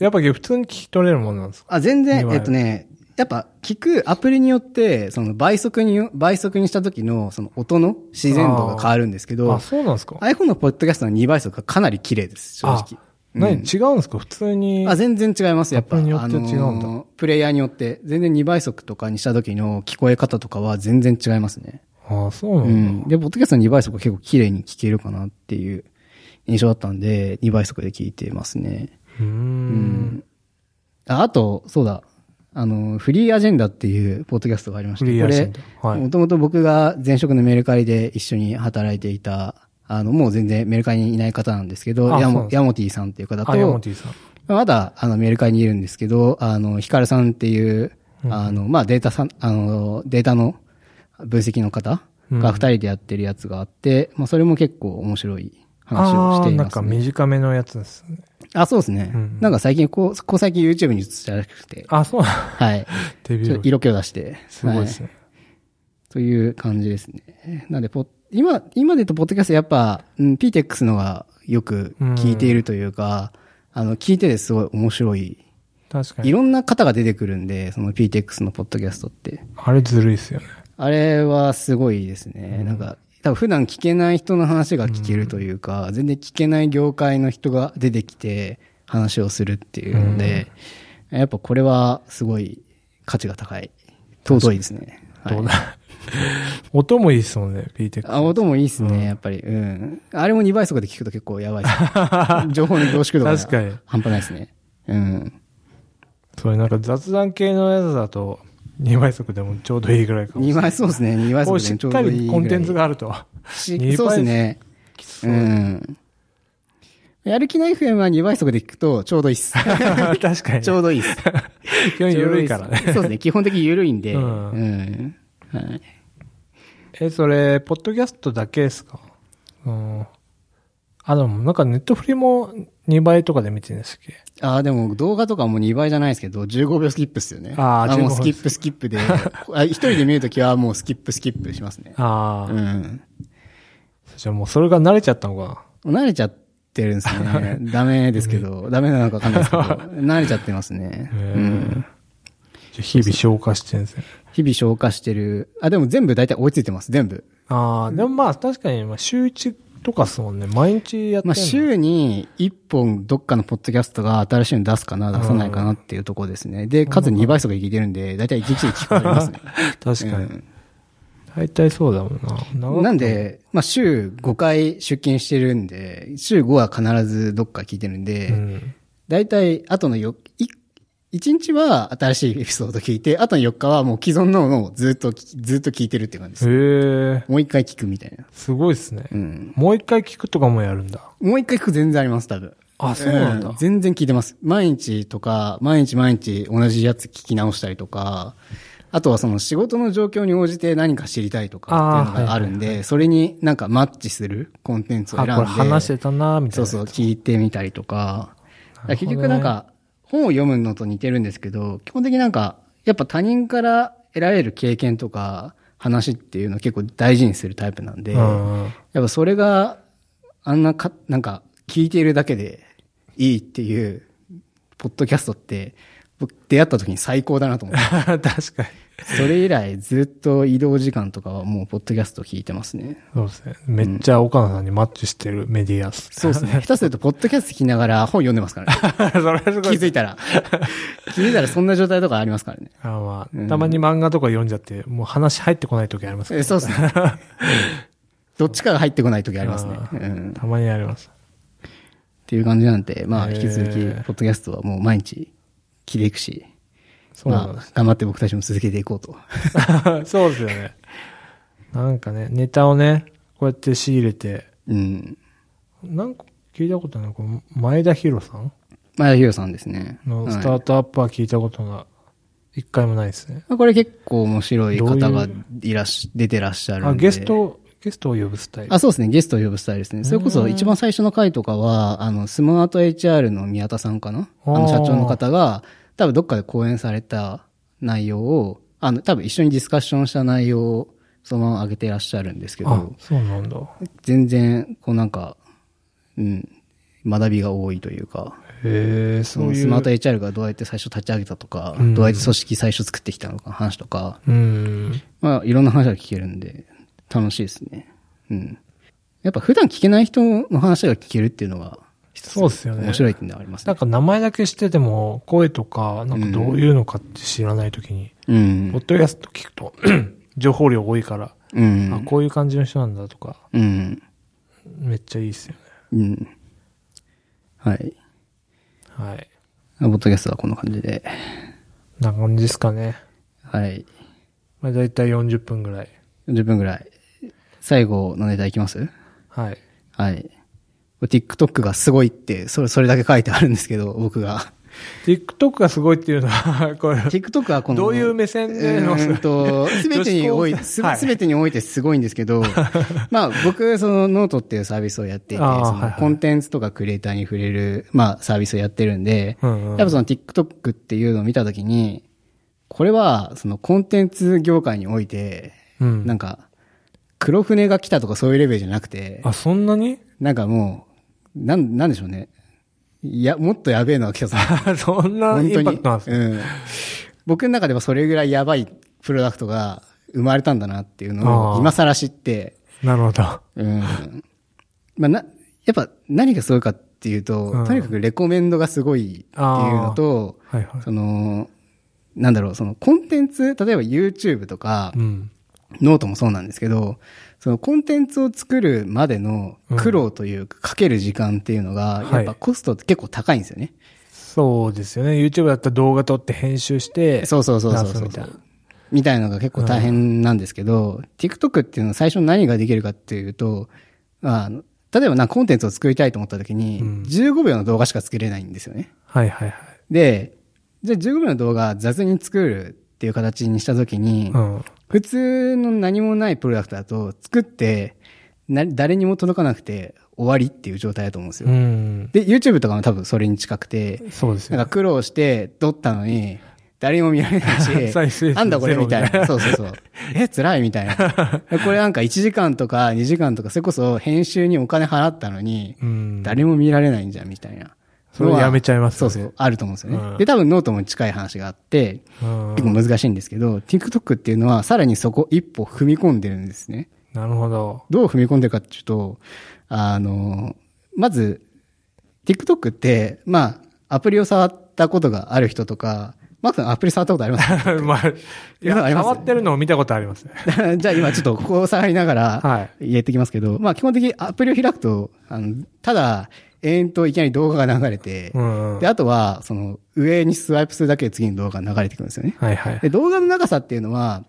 [SPEAKER 1] やっぱり普通に聞き取れるものなんですか
[SPEAKER 2] あ、全
[SPEAKER 1] 二
[SPEAKER 2] 然、
[SPEAKER 1] 倍
[SPEAKER 2] えっとね、やっぱ聞くアプリによって、その倍速によ、倍速にした時のその音の自然度が変わるんですけど
[SPEAKER 1] あ、、そうなんですか
[SPEAKER 2] iPhone のポッドキャストの2倍速がかなり綺麗です、正直
[SPEAKER 1] あ。何、違うんですか普通に。
[SPEAKER 2] あ、全然違います、やっぱ。
[SPEAKER 1] アプリによって違うんだ
[SPEAKER 2] あのープレイヤーによって、全然2倍速とかにした時の聞こえ方とかは全然違いますね。
[SPEAKER 1] あ、そうな
[SPEAKER 2] うん
[SPEAKER 1] だ。
[SPEAKER 2] ん。で、ポッドキャストの2倍速結構綺麗に聞けるかなっていう印象だったんで、2倍速で聞いてますね。
[SPEAKER 1] うーん。
[SPEAKER 2] ああと、そうだ。あの、フリーアジェンダっていうポッドキャストがありまして、
[SPEAKER 1] フリーアジェンダ
[SPEAKER 2] こ
[SPEAKER 1] はい
[SPEAKER 2] れ、もともと僕が前職のメルカリで一緒に働いていた、あの、もう全然メルカリにいない方なんですけど、
[SPEAKER 1] あ
[SPEAKER 2] ヤ
[SPEAKER 1] そうなん
[SPEAKER 2] モ
[SPEAKER 1] です
[SPEAKER 2] ヤモティさんっていう方と、
[SPEAKER 1] あ、山本さん。
[SPEAKER 2] まだ、あの、メルカリにいるんですけど、あの、ヒカルさんっていう、あの、まあ、データさん、あの、データの分析の方
[SPEAKER 1] うん
[SPEAKER 2] が二人でやってるやつがあって、まあ、それも結構面白い話をしてい
[SPEAKER 1] あーな
[SPEAKER 2] ま
[SPEAKER 1] んか
[SPEAKER 2] す、ね。
[SPEAKER 1] 短めのやつですね。
[SPEAKER 2] あそうですね。
[SPEAKER 1] うん
[SPEAKER 2] なんか最近、こう、ここ最近 YouTube に移したらしくて、
[SPEAKER 1] あ、そうなん
[SPEAKER 2] はい。
[SPEAKER 1] デビ
[SPEAKER 2] ちょっ
[SPEAKER 1] ュ
[SPEAKER 2] と
[SPEAKER 1] ー。
[SPEAKER 2] 色気を出して。
[SPEAKER 1] すごいです
[SPEAKER 2] は
[SPEAKER 1] ね。
[SPEAKER 2] という感じですね。なんでポッ、今、今で言うと、ポッドキャストやっぱ、うん、PTEX のがよく聞いているというか、あの、聞いててすごい面白い
[SPEAKER 1] 確か
[SPEAKER 2] い
[SPEAKER 1] に。
[SPEAKER 2] ろんな方が出てくるんで、その PTX のポッドキャストって。
[SPEAKER 1] あれずるいですよね。
[SPEAKER 2] あれはすごいですね。なんか、多分普段聞けない人の話が聞けるというか、全然聞けない業界の人が出てきて話をするっていうので、やっぱこれはすごい価値が高い。尊いですね。はい
[SPEAKER 1] どうだ音もいいですもんね、PTEC。
[SPEAKER 2] あ、音もいいですね、やっぱり。うん。あれも2倍速で聞くと結構やばいです
[SPEAKER 1] <laughs>
[SPEAKER 2] ね情報の凝縮度
[SPEAKER 1] 確かに
[SPEAKER 2] が半端ないですね。うん。
[SPEAKER 1] それなんか雑談系のやつだと、2倍速でもちょうどいいぐらいかも。
[SPEAKER 2] 2倍、そうですね、2倍
[SPEAKER 1] こ
[SPEAKER 2] 速
[SPEAKER 1] う
[SPEAKER 2] で
[SPEAKER 1] しっ
[SPEAKER 2] ちょう
[SPEAKER 1] か
[SPEAKER 2] どいいぐらい。
[SPEAKER 1] りコンテンツがあると。
[SPEAKER 2] し
[SPEAKER 1] 二倍
[SPEAKER 2] そうですね。うん。やる気ない FM は2倍速で聞くとちょうどいいっ
[SPEAKER 1] <laughs>
[SPEAKER 2] す。
[SPEAKER 1] 確かに。
[SPEAKER 2] ちょうどいいっす。
[SPEAKER 1] 基本緩いから
[SPEAKER 2] ちょうどっす
[SPEAKER 1] ね。
[SPEAKER 2] そうですね。基本的に緩いんで。
[SPEAKER 1] う
[SPEAKER 2] うんん。はい。
[SPEAKER 1] え、それ、ポッドキャストだけですかうん。あ、でもなんかネットフリも2倍とかで見てるんですっけ
[SPEAKER 2] ああ、でも動画とかも2倍じゃないですけど、15秒スキップっすよね。
[SPEAKER 1] あー
[SPEAKER 2] もう
[SPEAKER 1] 15
[SPEAKER 2] スキップスキップで。あ一人で見るときはもうスキップスキップしますね。
[SPEAKER 1] ああ、
[SPEAKER 2] うん。
[SPEAKER 1] じゃあもうそれが慣れちゃったのか
[SPEAKER 2] 慣れちゃってるんです
[SPEAKER 1] <laughs>
[SPEAKER 2] ね。ダメですけど、ダメなのかわかんないですけど、慣れちゃってますね。う
[SPEAKER 1] な。へえ
[SPEAKER 2] ん。
[SPEAKER 1] じゃあ日々消化してるんですね。
[SPEAKER 2] 日々消化してる。あ、でも全部大体追いついてます。全部。
[SPEAKER 1] ああ、でもまあ確かにまあ週1とかっすもんね。毎日やってんの
[SPEAKER 2] まあ、週に1本どっかのポッドキャストが新しいの出すかな、出さないかなっていうところですね。で、かつ2倍速で聞いてるんで、だいたい1日で聞こえますね。
[SPEAKER 1] 確かに。大体そうだもんな。長く
[SPEAKER 2] なんで、まあ、週5回出勤してるんで、週5は必ずどっか聞いてるん
[SPEAKER 1] う
[SPEAKER 2] で、
[SPEAKER 1] ん。
[SPEAKER 2] だいたい後のよ、い1日は新しいエピソード聞いて、あとの4日はもう既存ののをずっと聞き、ずっと聞いてるっていう感じです。
[SPEAKER 1] へえ、
[SPEAKER 2] もう1回聞くみたいな。
[SPEAKER 1] すごいっすね。
[SPEAKER 2] うん。
[SPEAKER 1] もう一回聞くとかもやるんだ。
[SPEAKER 2] もう1回聞く全然あります、多分。
[SPEAKER 1] あ、そうなんだ。
[SPEAKER 2] うん全然聞いてます。毎日とか、毎日毎日同じやつ聞き直したりとか、あとはその仕事の状況に応じて何か知りたいとかっていうのがあるんで、それになんかマッチするコンテンツを
[SPEAKER 1] あ、
[SPEAKER 2] 選ん
[SPEAKER 1] こ
[SPEAKER 2] で。
[SPEAKER 1] れ話してたな、みたい
[SPEAKER 2] そ
[SPEAKER 1] な。。
[SPEAKER 2] うそうう、聞いてみたりとか。だから結局なんか、本を読むのと似てるんですけど、基本的になんか、やっぱ他人から得られる経験とか、話っていうのを結構大事にするタイプなんで、
[SPEAKER 1] うん
[SPEAKER 2] やっぱそれが、あんなか、なんか、聞いているだけでいいっていう、ポッドキャストって、僕出会った時に最高だな
[SPEAKER 1] <laughs>
[SPEAKER 2] と思って。
[SPEAKER 1] <laughs> 確かに。
[SPEAKER 2] それ以来ずっと移動時間とかはもうポッドキャスト聞いてますね。
[SPEAKER 1] そうですね。めっちゃ岡野さんにマッチしてるメディアっす。
[SPEAKER 2] そうですね。下手するとポッドキャスト聞きながら本読んでますからね。
[SPEAKER 1] <laughs> それはす
[SPEAKER 2] 気
[SPEAKER 1] ごい。
[SPEAKER 2] づいたら。気づいたらそんな状態とかありますからね。
[SPEAKER 1] あまあ、たまに漫画とか読んじゃって、もう話入ってこない時ありますけ
[SPEAKER 2] えそうです
[SPEAKER 1] <laughs>
[SPEAKER 2] ね。うんどっちかが入ってこない時ありますね。
[SPEAKER 1] あ
[SPEAKER 2] う
[SPEAKER 1] ー
[SPEAKER 2] ん
[SPEAKER 1] ど。。たまにあります。
[SPEAKER 2] っていう感じなんで、まあ、
[SPEAKER 1] へー
[SPEAKER 2] 引き続き、ポッドキャストはもう毎日、聞いていくし、
[SPEAKER 1] そうなん
[SPEAKER 2] ま
[SPEAKER 1] で
[SPEAKER 2] あ、頑張って僕たちも続けてい
[SPEAKER 1] <laughs>
[SPEAKER 2] こうと。
[SPEAKER 1] す。そうですよね。なんかね、ネタをね、こうやって仕入れて、
[SPEAKER 2] うん。
[SPEAKER 1] なんか聞いたことない、この前田博さん
[SPEAKER 2] 前田ヒロさんですね。
[SPEAKER 1] のスタ
[SPEAKER 2] はい
[SPEAKER 1] ートアップは聞いたことが一回もないですね。
[SPEAKER 2] まあこれ結構面白い
[SPEAKER 1] ど
[SPEAKER 2] 方
[SPEAKER 1] うい
[SPEAKER 2] が
[SPEAKER 1] う
[SPEAKER 2] いらっし、出てらっしゃるんで。
[SPEAKER 1] あ、ゲスト、ゲストを呼ぶスタイル。
[SPEAKER 2] あ、そうですね。ゲストを呼ぶスタイルですね。それこそ一番最初の回とかは、あの、スマート HR の宮田さんかなあ
[SPEAKER 1] あー
[SPEAKER 2] の、社長の方が、多分どっかで講演された内容を、あの、多分一緒にディスカッションした内容を、そのまま上げてらっしゃるんですけ
[SPEAKER 1] あ
[SPEAKER 2] ど、、
[SPEAKER 1] そうなんだ。
[SPEAKER 2] 全然、こうなんか、うん、学びが多いというか、
[SPEAKER 1] へえ、
[SPEAKER 2] そ
[SPEAKER 1] そう
[SPEAKER 2] の
[SPEAKER 1] い
[SPEAKER 2] ス
[SPEAKER 1] う。
[SPEAKER 2] マート HR がどうやって最初立ち上げたとか、
[SPEAKER 1] うん
[SPEAKER 2] どうやって組織最初作ってきたのかの話とか、
[SPEAKER 1] うん。
[SPEAKER 2] まあ、いろんな話が聞けるんで、楽しいですね。うん。やっぱ普段聞けない人の話が聞けるっていうのが、
[SPEAKER 1] そうですよね。
[SPEAKER 2] 面白いっていうのはあります
[SPEAKER 1] な
[SPEAKER 2] ね
[SPEAKER 1] ん。か名前だけ知ってても、声とか、なんかどういうのかって知らないときに、
[SPEAKER 2] うん
[SPEAKER 1] ポッ。ドキャスト聞くと、 <clears throat> 情報量多いから、
[SPEAKER 2] う
[SPEAKER 1] あ、
[SPEAKER 2] ん。
[SPEAKER 1] こういう感じの人なんだとか、
[SPEAKER 2] うん。
[SPEAKER 1] めっちゃいいっすよね。
[SPEAKER 2] うん。はい。
[SPEAKER 1] はい。
[SPEAKER 2] ボッドキャストはこんな感じで。
[SPEAKER 1] な感じですかね。
[SPEAKER 2] はい。
[SPEAKER 1] まあ、だいたい40分ぐらい。
[SPEAKER 2] 40分ぐらい。最後のネタいきます
[SPEAKER 1] はい。
[SPEAKER 2] はい。TikTok がすごいって、それ、それだけ書いてあるんですけど、僕が。
[SPEAKER 1] TikTok がすごいっていうのは、 <laughs> これ、
[SPEAKER 2] TikTok はこの、
[SPEAKER 1] どういう目線での
[SPEAKER 2] うーんと、すべてにおい、
[SPEAKER 1] 女子高
[SPEAKER 2] す
[SPEAKER 1] 生はい
[SPEAKER 2] べてにおいてすごいんですけ
[SPEAKER 1] <laughs>
[SPEAKER 2] ど、まあ僕、そのノートっていうサービスをやっていて、そ
[SPEAKER 1] あーはい
[SPEAKER 2] の
[SPEAKER 1] はい
[SPEAKER 2] コンテンツとかクリエイターに触れる、まあサービスをやってるんで、
[SPEAKER 1] うんうん
[SPEAKER 2] やっぱその TikTok っていうのを見たときに、これは、そのコンテンツ業界において、
[SPEAKER 1] うん。
[SPEAKER 2] なんか、黒船が来たとかそういうレベルじゃなくて、
[SPEAKER 1] あ、そんなに <laughs>
[SPEAKER 2] なんかもう、なん、なんでしょうね。いや、もっとやべえのが来たぞ。
[SPEAKER 1] そんな
[SPEAKER 2] 本
[SPEAKER 1] イ
[SPEAKER 2] 当
[SPEAKER 1] ン
[SPEAKER 2] に。
[SPEAKER 1] パクトなんですね。
[SPEAKER 2] うん。僕の中ではそれぐらいやばいプロダクトが生まれたんだなっていうの
[SPEAKER 1] あ
[SPEAKER 2] を
[SPEAKER 1] ー
[SPEAKER 2] 今更知って、
[SPEAKER 1] なるほど。
[SPEAKER 2] うん。まあな、やっぱ何がすごいかっていうと、
[SPEAKER 1] うん
[SPEAKER 2] とにかくレコメンドがすごいっていうのと、
[SPEAKER 1] はいはい。
[SPEAKER 2] その、なんだろう、そのコンテンツ、例えば YouTube とか、
[SPEAKER 1] うん。
[SPEAKER 2] ノートもそうなんですけど、そのコンテンツを作るまでの苦労というか、かける時間っていうの
[SPEAKER 1] は
[SPEAKER 2] が、
[SPEAKER 1] い
[SPEAKER 2] やっぱコストって結構高いんですよね。
[SPEAKER 1] そうですよね。YouTube だったら動画撮って編集して、
[SPEAKER 2] そうそうそうそうそう
[SPEAKER 1] 出すみたいな
[SPEAKER 2] みたいのが結構大変なんですけど、TikTok っていうのは最初に何ができるかっていうと、あの例えばなんかコンテンツを作りたいと思った時に、
[SPEAKER 1] うん
[SPEAKER 2] 15秒の動画しか作れないんですよね。
[SPEAKER 1] はいはいはい。
[SPEAKER 2] で、じゃあ15秒の動画雑に作るっていう形にした時に、
[SPEAKER 1] うん。
[SPEAKER 2] 普通の何もないプロダクトだと作って、な誰にも届かなくて終わりっていう状態だと思うんですよ。
[SPEAKER 1] うん。
[SPEAKER 2] で、YouTube とかも多分それに近くて、
[SPEAKER 1] そうです
[SPEAKER 2] なん
[SPEAKER 1] よ
[SPEAKER 2] か
[SPEAKER 1] ね。
[SPEAKER 2] 苦労して撮ったのに、誰も見られない
[SPEAKER 1] <laughs> 再生数
[SPEAKER 2] し、なんだこれ
[SPEAKER 1] ゼロ
[SPEAKER 2] み
[SPEAKER 1] みたい
[SPEAKER 2] たいな。そうそ
[SPEAKER 1] <laughs>
[SPEAKER 2] うそう。え、辛いみたいな。これなんか1時間とか2時間とか、それこそ編集にお金払ったのに、
[SPEAKER 1] うん。
[SPEAKER 2] 誰も見られないんじゃんみたいな。
[SPEAKER 1] それやめちゃいます
[SPEAKER 2] そ
[SPEAKER 1] よ
[SPEAKER 2] う
[SPEAKER 1] ね
[SPEAKER 2] そう、あると思うんですよ
[SPEAKER 1] うん
[SPEAKER 2] ね。で、多分ノートも近い話があって、
[SPEAKER 1] うん
[SPEAKER 2] 結構難しいんですけど、TikTok っていうのはさらにそこ一歩踏み込んでるんですね。
[SPEAKER 1] なるほど。
[SPEAKER 2] どう踏み込んでるかっていうと、あの、まず、TikTok って、まあ、アプリを触ったことがある人とか、マックさんアプリ触ったことあります <laughs>
[SPEAKER 1] <laughs> まあ、いや、
[SPEAKER 2] 今あります
[SPEAKER 1] 触ってるのを見たことありますね。
[SPEAKER 2] じゃあ今ちょっとここを触りなが
[SPEAKER 1] は
[SPEAKER 2] ら、入れてきますけど、まあ基本的にアプリを開くと、あの、ただ、延々といきなり動画が流れて、
[SPEAKER 1] うんうん。
[SPEAKER 2] で、
[SPEAKER 1] はい
[SPEAKER 2] あとは、その、上にスワイプするだけで次の動画が流れてくるんですよね。
[SPEAKER 1] はいはい。
[SPEAKER 2] で、動画の長さっていうのは、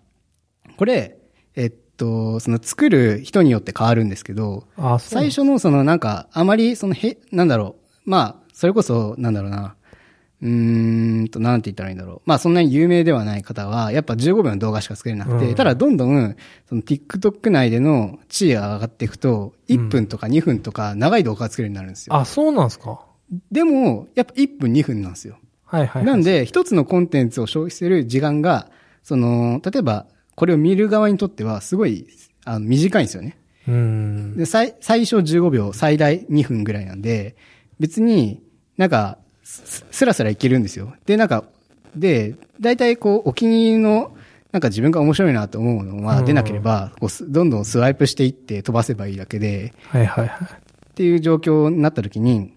[SPEAKER 2] これ、えっと、その作る人によって変わるんですけど、
[SPEAKER 1] あ、そう
[SPEAKER 2] 最。初のそのなんか、あまりそのへ、なんだろう。まあ、それこそ、なんだろうな。うーんと、なんて言ったらいいんだろう。まあ、そんなに有名ではない方は、やっぱ15秒の動画しか作れなくて、
[SPEAKER 1] うん
[SPEAKER 2] ただどんどん、その TikTok 内での地位が上がっていくと、1分とか2分とか長い動画が作れるようになるんですよ。
[SPEAKER 1] あ、そうなんですか。
[SPEAKER 2] でも、やっぱ1分2分なんですよ。
[SPEAKER 1] はいはいはい。
[SPEAKER 2] なんで、一つのコンテンツを消費する時間が、その、例えば、これを見る側にとっては、すごい、あの、短いんですよね。
[SPEAKER 1] うん。
[SPEAKER 2] で、最、最小15秒、最大2分ぐらいなんで、別になんか、すすらすらいけるんですよ。で、なんか、で、大体こう、お気に入りの、なんか自分が面白いなと思うのは出なければ、こうすどんどんスワイプしていって飛ばせばいいだけで、
[SPEAKER 1] はいはいはい。
[SPEAKER 2] っていう状況になった時に、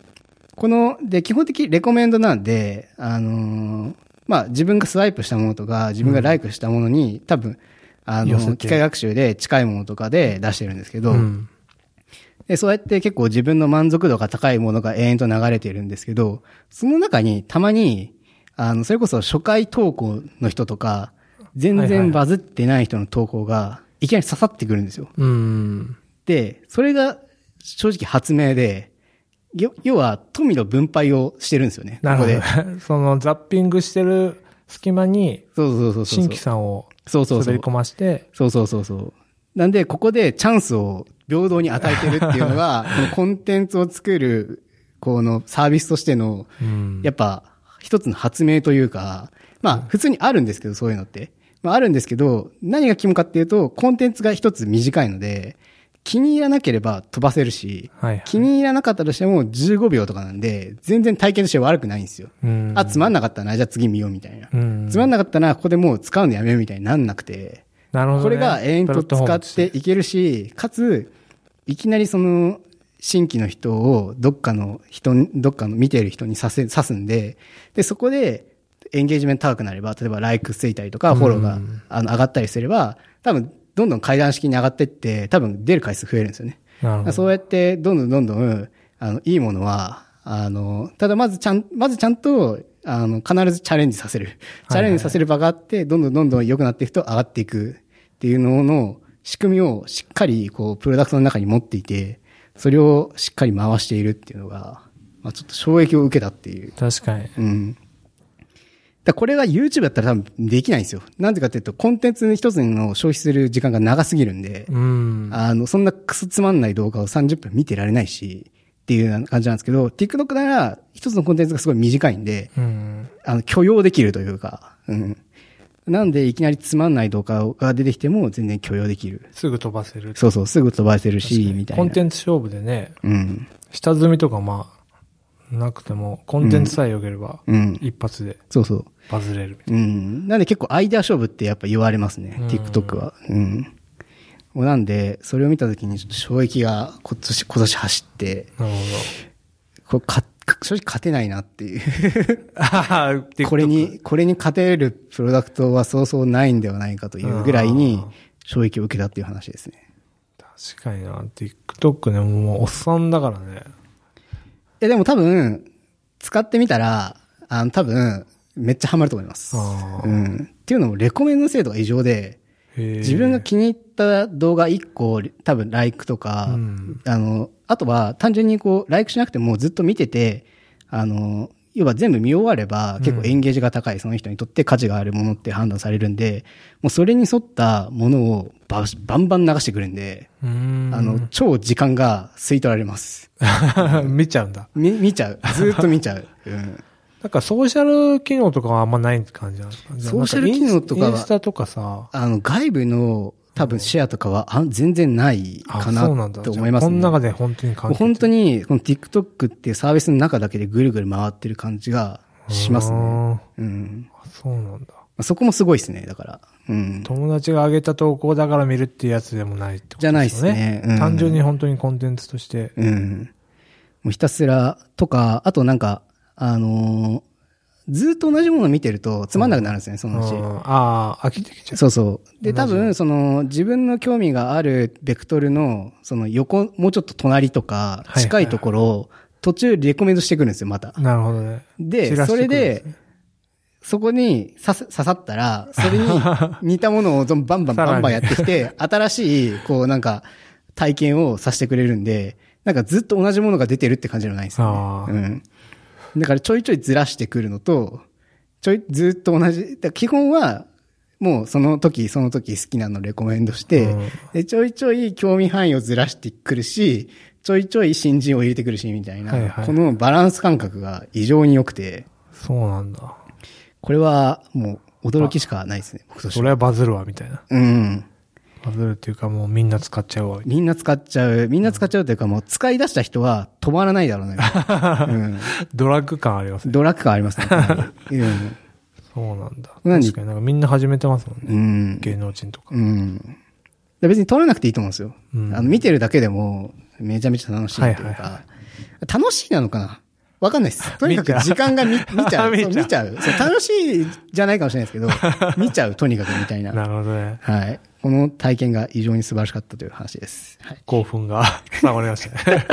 [SPEAKER 2] この、で、基本的レコメンドなんで、あのーまあ、自分がスワイプしたものとか、自分がライクしたものに、多分、あ
[SPEAKER 1] 寄せ
[SPEAKER 2] の、
[SPEAKER 1] て
[SPEAKER 2] 機械学習で近いものとかで出してるんですけど、
[SPEAKER 1] うん。
[SPEAKER 2] で、そうやって結構自分の満足度が高いものが延々と流れているんですけど、その中にたまに、あの、それこそ初回投稿の人とか、全
[SPEAKER 1] はいはい
[SPEAKER 2] 然バズってない人の投稿が、いきなり刺さってくるんですよ。
[SPEAKER 1] うん。
[SPEAKER 2] で、それが正直発明で、よ要は富の分配をしてるんですよね。
[SPEAKER 1] なるほ
[SPEAKER 2] ここで。
[SPEAKER 1] ど。 <laughs> そのザッピングしてる隙間に
[SPEAKER 2] そうそうそうそう。
[SPEAKER 1] 新規さんを
[SPEAKER 2] そうそう
[SPEAKER 1] 滑
[SPEAKER 2] そう
[SPEAKER 1] り。込まして、
[SPEAKER 2] そうそうそうそう。なんで、ここでチャンスを平等に与えてるっていうのが、このコンテンツを作る、このサービスとしての、
[SPEAKER 1] うん。
[SPEAKER 2] やっぱ、一つの発明というか、まあ、普通にあるんですけど、そういうのって。まあ、あるんですけど、何が肝かっていうと、コンテンツが一つ短いので、気に入らなければ飛ばせるし、
[SPEAKER 1] はいはい
[SPEAKER 2] 気に入らなかったとしても15秒とかなんで、全然体験として悪くないんですよ。
[SPEAKER 1] うん。
[SPEAKER 2] あ、つまんなかったな、じゃあ次見ようみたいな。
[SPEAKER 1] うん
[SPEAKER 2] つまんなかったな、ここでもう使うのやめようみたいになんなくて。
[SPEAKER 1] なるほど、ね。
[SPEAKER 2] これが延々と使っていけるし、かつ、いきなりその、新規の人をどっかの人に、どっかの見てる人にさせ、刺すんで、で、そこで、エンゲージメント高くなれば、例えば、ライクついたりとか、フォローが、あの、上がったりすれば、多分、どんどん階段式に上がってって、多分、出る回数増えるんですよね。
[SPEAKER 1] なるほど。
[SPEAKER 2] そうやって、どんどんどんどん、あの、いいものは、あの、ただまずちゃん、まずちゃんと、あの、必ずチャレンジさせる。チャレンジさせる場があって、どんどんどんどん良くなっていくと上がっていくっていうのの仕組みをしっかり、こう、プロダクトの中に持っていて、それをしっかり回しているっていうのが、まあちょっと衝撃を受けたっていう。
[SPEAKER 1] 確かに。
[SPEAKER 2] うん。だからこれが YouTube だったら多分できないんですよ。なんでかっていうと、コンテンツ一つの消費する時間が長すぎるんで、
[SPEAKER 1] うん。
[SPEAKER 2] あの、そんなクソつまんない動画を30分見てられないし、っていうような感じなんですけど、TikTok なら一つのコンテンツがすごい短いんで、
[SPEAKER 1] うん。
[SPEAKER 2] あの、許容できるというか、うん。なんで、いきなりつまんない動画が出てきても全然許容できる。
[SPEAKER 1] すぐ飛ばせる。
[SPEAKER 2] そうそう、すぐ飛ばせるし、みたいな。
[SPEAKER 1] コンテンツ勝負でね、
[SPEAKER 2] うん。
[SPEAKER 1] 下積みとかまあ、なくても、コンテンツさえ良ければ、
[SPEAKER 2] うん。
[SPEAKER 1] 一発で
[SPEAKER 2] そうそう。
[SPEAKER 1] バズれるみたい
[SPEAKER 2] うん。なんで結構アイデア勝負ってやっぱ言われますね
[SPEAKER 1] うん、
[SPEAKER 2] TikTok は。うん。もうなんで、それを見た時にちょっと衝撃が今年、今年走って、
[SPEAKER 1] な。なる
[SPEAKER 2] これか、正直勝てないなっていう。
[SPEAKER 1] ほど。
[SPEAKER 2] これに、これに勝てるプロダクトはそうそうないんではないかというぐらいに衝撃を受けたっていう話ですね。
[SPEAKER 1] 確かにな。TikTok ね、もうおっさんだからね。
[SPEAKER 2] いやでも多分、使ってみたら、あの多分、めっちゃハマると思います。
[SPEAKER 1] あー
[SPEAKER 2] うん。っていうのも、レコメンド制度が異常で、
[SPEAKER 1] へー
[SPEAKER 2] 自分が気に入った動画1個、多分、ライクとか、
[SPEAKER 1] うん
[SPEAKER 2] あの、あとは、単純にこう、ライクしなくてもずっと見てて、あの、要は全部見終われば、結構エンゲージが高い、その人にとって価値があるものって判断されるんで、もうそれに沿ったものをバシバンバン流してくるんで、
[SPEAKER 1] うーん。
[SPEAKER 2] あの、超時間が吸い取られます。
[SPEAKER 1] <laughs> 見ちゃうんだ。
[SPEAKER 2] み見
[SPEAKER 1] <laughs>
[SPEAKER 2] ちゃう。ずーっと見ちゃう。うん。
[SPEAKER 1] なんかソーシャル機能とかはあんまない感じなんですか
[SPEAKER 2] ソーシャル機能とかは
[SPEAKER 1] インスインスタとかさ、
[SPEAKER 2] あの、外部の多分シェアとかはあ全然ない
[SPEAKER 1] あ
[SPEAKER 2] か
[SPEAKER 1] そうな
[SPEAKER 2] なん
[SPEAKER 1] だ
[SPEAKER 2] と思います
[SPEAKER 1] じゃあこの
[SPEAKER 2] ね。
[SPEAKER 1] 中で本当に
[SPEAKER 2] も
[SPEAKER 1] 関
[SPEAKER 2] う
[SPEAKER 1] 係
[SPEAKER 2] 本当に、この TikTok っていうサービスの中だけでぐるぐる回ってる感じがしますね。
[SPEAKER 1] ね。
[SPEAKER 2] うん。
[SPEAKER 1] あそうなんだ。
[SPEAKER 2] そこもすごいですね、だから。うん。
[SPEAKER 1] 友達が上げた投稿だから見るっていうやつでもないってこと
[SPEAKER 2] じゃないですねうん
[SPEAKER 1] 単純に本当にコンテンツとして。
[SPEAKER 2] うん。もうひたすら、とか、あとなんか、あのーずーっと同じもの見てるとつまんなくなるんですね、そのうち。
[SPEAKER 1] うんああ、飽きてきちゃ
[SPEAKER 2] そうそう。で、
[SPEAKER 1] 同
[SPEAKER 2] 多
[SPEAKER 1] じ
[SPEAKER 2] 分、その、自分の興味があるベクトルの、その横、もうちょっと隣とか
[SPEAKER 1] は、い
[SPEAKER 2] 近いところを、途中レコメンドしてくるんですよ、また
[SPEAKER 1] う。。なるほどね。
[SPEAKER 2] で
[SPEAKER 1] 散、らし
[SPEAKER 2] そ
[SPEAKER 1] て
[SPEAKER 2] れ
[SPEAKER 1] くるんす
[SPEAKER 2] で
[SPEAKER 1] ね、、
[SPEAKER 2] そこに刺さ刺さったら、
[SPEAKER 1] <laughs>
[SPEAKER 2] それに似たものをどんバンバン
[SPEAKER 1] さらに
[SPEAKER 2] バンバンやってきて、新しい、こうなんか、体験をさせてくれるんで、なんかずっと同じものが出てるって感じじゃないです
[SPEAKER 1] あ
[SPEAKER 2] よ
[SPEAKER 1] あ
[SPEAKER 2] ね。うん。だからちょいちょいずらしてくるのと、ちょい、ずっと同じ、だから基本は、もうその時その時好きなのレコメンドして、
[SPEAKER 1] うん
[SPEAKER 2] で、ちょいちょい興味範囲をずらしてくるし、ちょいちょい新人を入れてくるし、みたいな、
[SPEAKER 1] はいはい
[SPEAKER 2] このバランス感覚が異常に良くて、
[SPEAKER 1] そうなんだ。
[SPEAKER 2] これはもう驚きしかないですね、僕として
[SPEAKER 1] そ
[SPEAKER 2] は
[SPEAKER 1] れはバズるわ、みたいな。
[SPEAKER 2] うん。
[SPEAKER 1] バズるっていうかもうみんな使っちゃうわ。
[SPEAKER 2] みんな使っちゃう。みんな使っちゃうというか、もう使い出した人は止まらないだろうね。
[SPEAKER 1] <laughs>
[SPEAKER 2] うん
[SPEAKER 1] ドラッグ感ありますね。
[SPEAKER 2] ドラッグ感ありますね。うん
[SPEAKER 1] そうなんだ。
[SPEAKER 2] 何
[SPEAKER 1] 確かになんかみんな始めてますもんね。
[SPEAKER 2] うん。
[SPEAKER 1] 芸能人とか。
[SPEAKER 2] うん。で別に撮らなくていいと思うんですよ。
[SPEAKER 1] うん
[SPEAKER 2] あの見てるだけでも、めちゃめちゃ楽しいというか、
[SPEAKER 1] はいはいは
[SPEAKER 2] 楽しいなのかなわかんな
[SPEAKER 1] <laughs>
[SPEAKER 2] いです。とにかく時間が見見ちゃう。
[SPEAKER 1] 見ちゃ
[SPEAKER 2] そう
[SPEAKER 1] う
[SPEAKER 2] 見ちゃうそう楽しいじゃないかもしれない
[SPEAKER 1] <laughs>
[SPEAKER 2] ですけど、見ちゃう、とにかくみたいな。
[SPEAKER 1] なるほどね。
[SPEAKER 2] はい。この体験が異常に素晴らしかったという話です。はい。
[SPEAKER 1] 興奮が <laughs> 伝わりました <laughs> ね。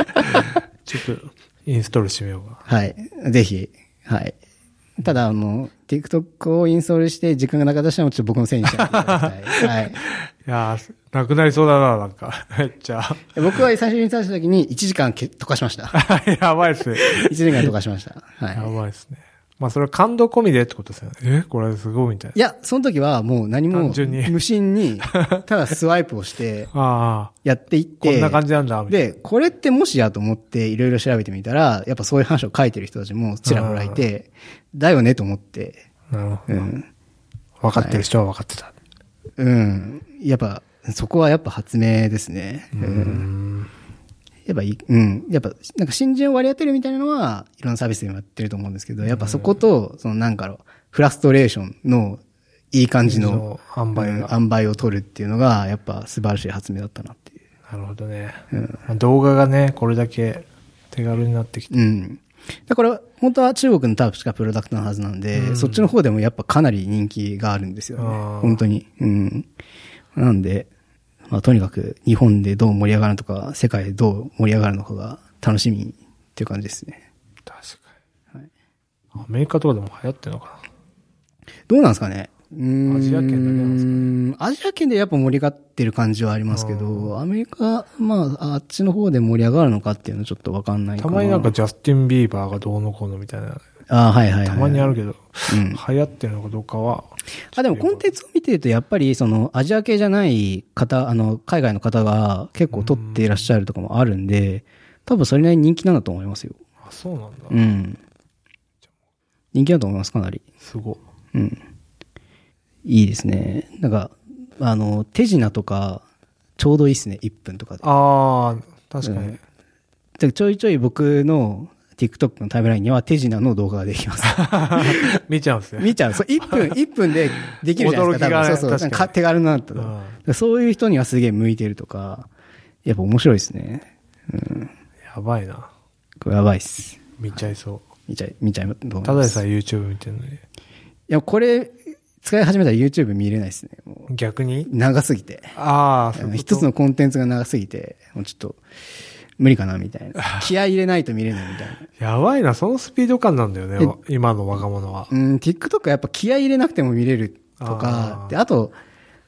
[SPEAKER 1] ちょっとインストールしてみようか。
[SPEAKER 2] はい。ぜひ。はい。ただ、あの、TikTok をインストールして時間がなかったとしても、ちょっと僕のせいにしないでください。はい。
[SPEAKER 1] いやー、なくなりそうだな、なんか。めっちゃ。
[SPEAKER 2] 僕は最初に出した時に1時間け溶かしました。
[SPEAKER 1] <laughs> やばいっすね。
[SPEAKER 2] 1時間溶かしました。はい。
[SPEAKER 1] やばいっすね。まあそれは感動込みでってことですよね。えこれすごいみたい
[SPEAKER 2] いや、その時はもう何も
[SPEAKER 1] 単純に
[SPEAKER 2] 無
[SPEAKER 1] <laughs>
[SPEAKER 2] 心に、ただスワイプをして
[SPEAKER 1] な。ああ、
[SPEAKER 2] やっていって、
[SPEAKER 1] こんな感じなんだ、みたいな。
[SPEAKER 2] で、これってもしやと思っていろいろ調べてみたら、やっぱそういう話を書いてる人たちもちらほらいて、だよねと思って、
[SPEAKER 1] なるほ
[SPEAKER 2] う
[SPEAKER 1] ど。
[SPEAKER 2] ん。
[SPEAKER 1] 分かってる人は分かってた。
[SPEAKER 2] うん。やっぱ、そこはやっぱ発明ですね。うん。やっぱいい、うん。やっぱ、なんか新人を割り当てるみたいなのは、いろんなサービスでもやってると思うんですけど、やっぱそこと、そのなんかの、フラストレーションの、いい感じの
[SPEAKER 1] の販売
[SPEAKER 2] うん
[SPEAKER 1] が。
[SPEAKER 2] 塩梅を取るっていうのが、やっぱ素晴らしい発明だったなっていう。
[SPEAKER 1] なるほどね。まあ動画がね、これだけ手軽になってきて。
[SPEAKER 2] うん。だから、本当は中国のタープしかプロダクトのはずなんで、そっちの方でもやっぱかなり人気があるんですよね
[SPEAKER 1] あー。
[SPEAKER 2] 本当に。うん。なんで、まあとにかく日本でどう盛り上がるのか、世界でどう盛り上がるのかが楽しみっていう感じですね。
[SPEAKER 1] 確かに。アメリカとかでも流行ってるのか
[SPEAKER 2] どうなんですかねうーん
[SPEAKER 1] アジア圏だけなんです
[SPEAKER 2] アジア圏でやっぱ盛り上がってる感じはありますけど、アメリカ、まあ、あっちの方で盛り上がるのかっていうのはちょっとわかんない
[SPEAKER 1] な。
[SPEAKER 2] か
[SPEAKER 1] た
[SPEAKER 2] な。
[SPEAKER 1] まになんかジャスティン・ビーバーがどうのこうのみたいな。
[SPEAKER 2] ああ、はいはいはい、
[SPEAKER 1] たまにあるけど、
[SPEAKER 2] うん
[SPEAKER 1] 流行ってるのかどうかは。
[SPEAKER 2] あ、でもコンテンツを見てると、やっぱり、その、アジア系じゃない方、あの、海外の方が結構撮っていらっしゃるとかもあるんで、多分それなりに人気なんだと思いますよ。
[SPEAKER 1] あ、そうなんだ。
[SPEAKER 2] うん。人気だと思います、かなり。
[SPEAKER 1] すごい。
[SPEAKER 2] うん。いいですね。なんか、あの、手品とか、ちょうどいいっすね、1分とかで。
[SPEAKER 1] ああ、確かに。
[SPEAKER 2] でちょいちょい僕の TikTok のタイムラインには手品の動画ができ
[SPEAKER 1] <laughs>
[SPEAKER 2] ます。
[SPEAKER 1] 見ちゃうんですね。
[SPEAKER 2] 見ちゃう。そう、1分、1分でできるじゃないですか。
[SPEAKER 1] 驚きがね
[SPEAKER 2] 多分そうそう。
[SPEAKER 1] 確かに
[SPEAKER 2] なんか手軽なんだと
[SPEAKER 1] うん
[SPEAKER 2] だからそういう人にはすげえ向いてるとか、やっぱ面白いですね。うん。
[SPEAKER 1] やばいな。
[SPEAKER 2] これやばいっす。
[SPEAKER 1] 見ちゃいそ
[SPEAKER 2] 見ちゃい、見ちゃいと思
[SPEAKER 1] う。
[SPEAKER 2] い
[SPEAKER 1] ただ
[SPEAKER 2] ま。
[SPEAKER 1] ですさえ YouTube 見てるのに。
[SPEAKER 2] いや、これ、使い始めたら YouTube 見れないですね。もう
[SPEAKER 1] 逆に
[SPEAKER 2] 長すぎて。
[SPEAKER 1] ああ、
[SPEAKER 2] あ
[SPEAKER 1] そうい
[SPEAKER 2] の
[SPEAKER 1] うこと
[SPEAKER 2] 一つのコンテンツが長すぎて、もうちょっと、無理かな、みた
[SPEAKER 1] <laughs>
[SPEAKER 2] いな。気合い入れないと見れないみたいな。
[SPEAKER 1] やばいな、そのスピード感なんだよね、今の若者は。
[SPEAKER 2] うん、TikTok はやっぱ気合い入れなくても見れると
[SPEAKER 1] あ
[SPEAKER 2] か
[SPEAKER 1] ー、
[SPEAKER 2] で、あと、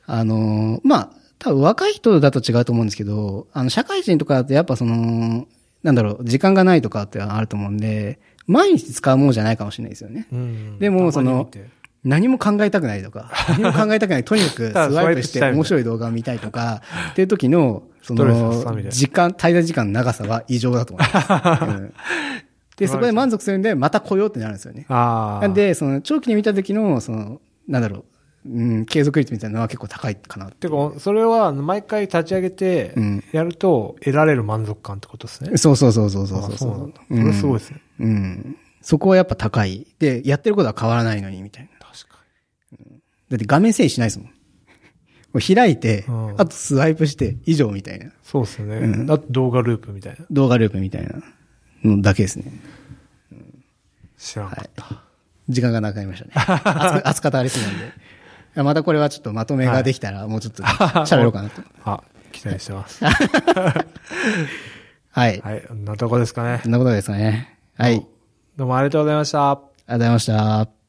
[SPEAKER 2] あのーまあ、多分若い人だと違うと思うんですけど、あの、社会人とかだとやっぱその、なんだろう、時間がないとかっていうのはあると思うんで、毎日使うものじゃないかもしれないですよね。
[SPEAKER 1] うん
[SPEAKER 2] でも
[SPEAKER 1] たまに見て
[SPEAKER 2] 何も考えたくない
[SPEAKER 1] <laughs>
[SPEAKER 2] とか、何も考えたくない、とにかくス
[SPEAKER 1] ただスワイプ
[SPEAKER 2] ワイプし
[SPEAKER 1] したいみ
[SPEAKER 2] て
[SPEAKER 1] たいな
[SPEAKER 2] 面白い動画を見たいとか、っていう時の、そ
[SPEAKER 1] ストレス発散みたい
[SPEAKER 2] の、
[SPEAKER 1] な
[SPEAKER 2] 時間、滞在時間の長さは異常だと思い
[SPEAKER 1] <laughs>
[SPEAKER 2] ます。うんで、そこで満足するんで、また来ようってなるんですよね。
[SPEAKER 1] ああ。
[SPEAKER 2] なんで、その、長期に見た時の、その、なんだろう、うん、継続率みたいなのは結構高いかなって
[SPEAKER 1] てか、それは毎回立ち上げて
[SPEAKER 2] うん、
[SPEAKER 1] やると得られる満足感ってことですね。
[SPEAKER 2] そうそうそうそうそう
[SPEAKER 1] あ
[SPEAKER 2] そう。
[SPEAKER 1] そうなんだ。それすごいですね。
[SPEAKER 2] うん。うん。そこはやっぱ高い。で、やってることは変わらないのに、みたいな。
[SPEAKER 1] 確か
[SPEAKER 2] だって画面整理しないですもん。もう開いて、
[SPEAKER 1] うん
[SPEAKER 2] あとスワイプして、以上みたいな。
[SPEAKER 1] に。そうですね。あと動画ループみたいな。
[SPEAKER 2] 動画ループみたいなのだけですね。
[SPEAKER 1] 知らんかった。
[SPEAKER 2] 時間がなくなりました
[SPEAKER 1] <laughs>
[SPEAKER 2] ね。熱く熱かたありそうなんでいや。またこれはちょっとまとめができたら、もうちょっと喋ろうか
[SPEAKER 1] <laughs>
[SPEAKER 2] なと。
[SPEAKER 1] あ、期待してます。
[SPEAKER 2] はい。
[SPEAKER 1] はい、こんなとこですかね
[SPEAKER 2] そ。んなことですかね。はい。ありがとう
[SPEAKER 1] どうもありがとうございました。
[SPEAKER 2] ございました。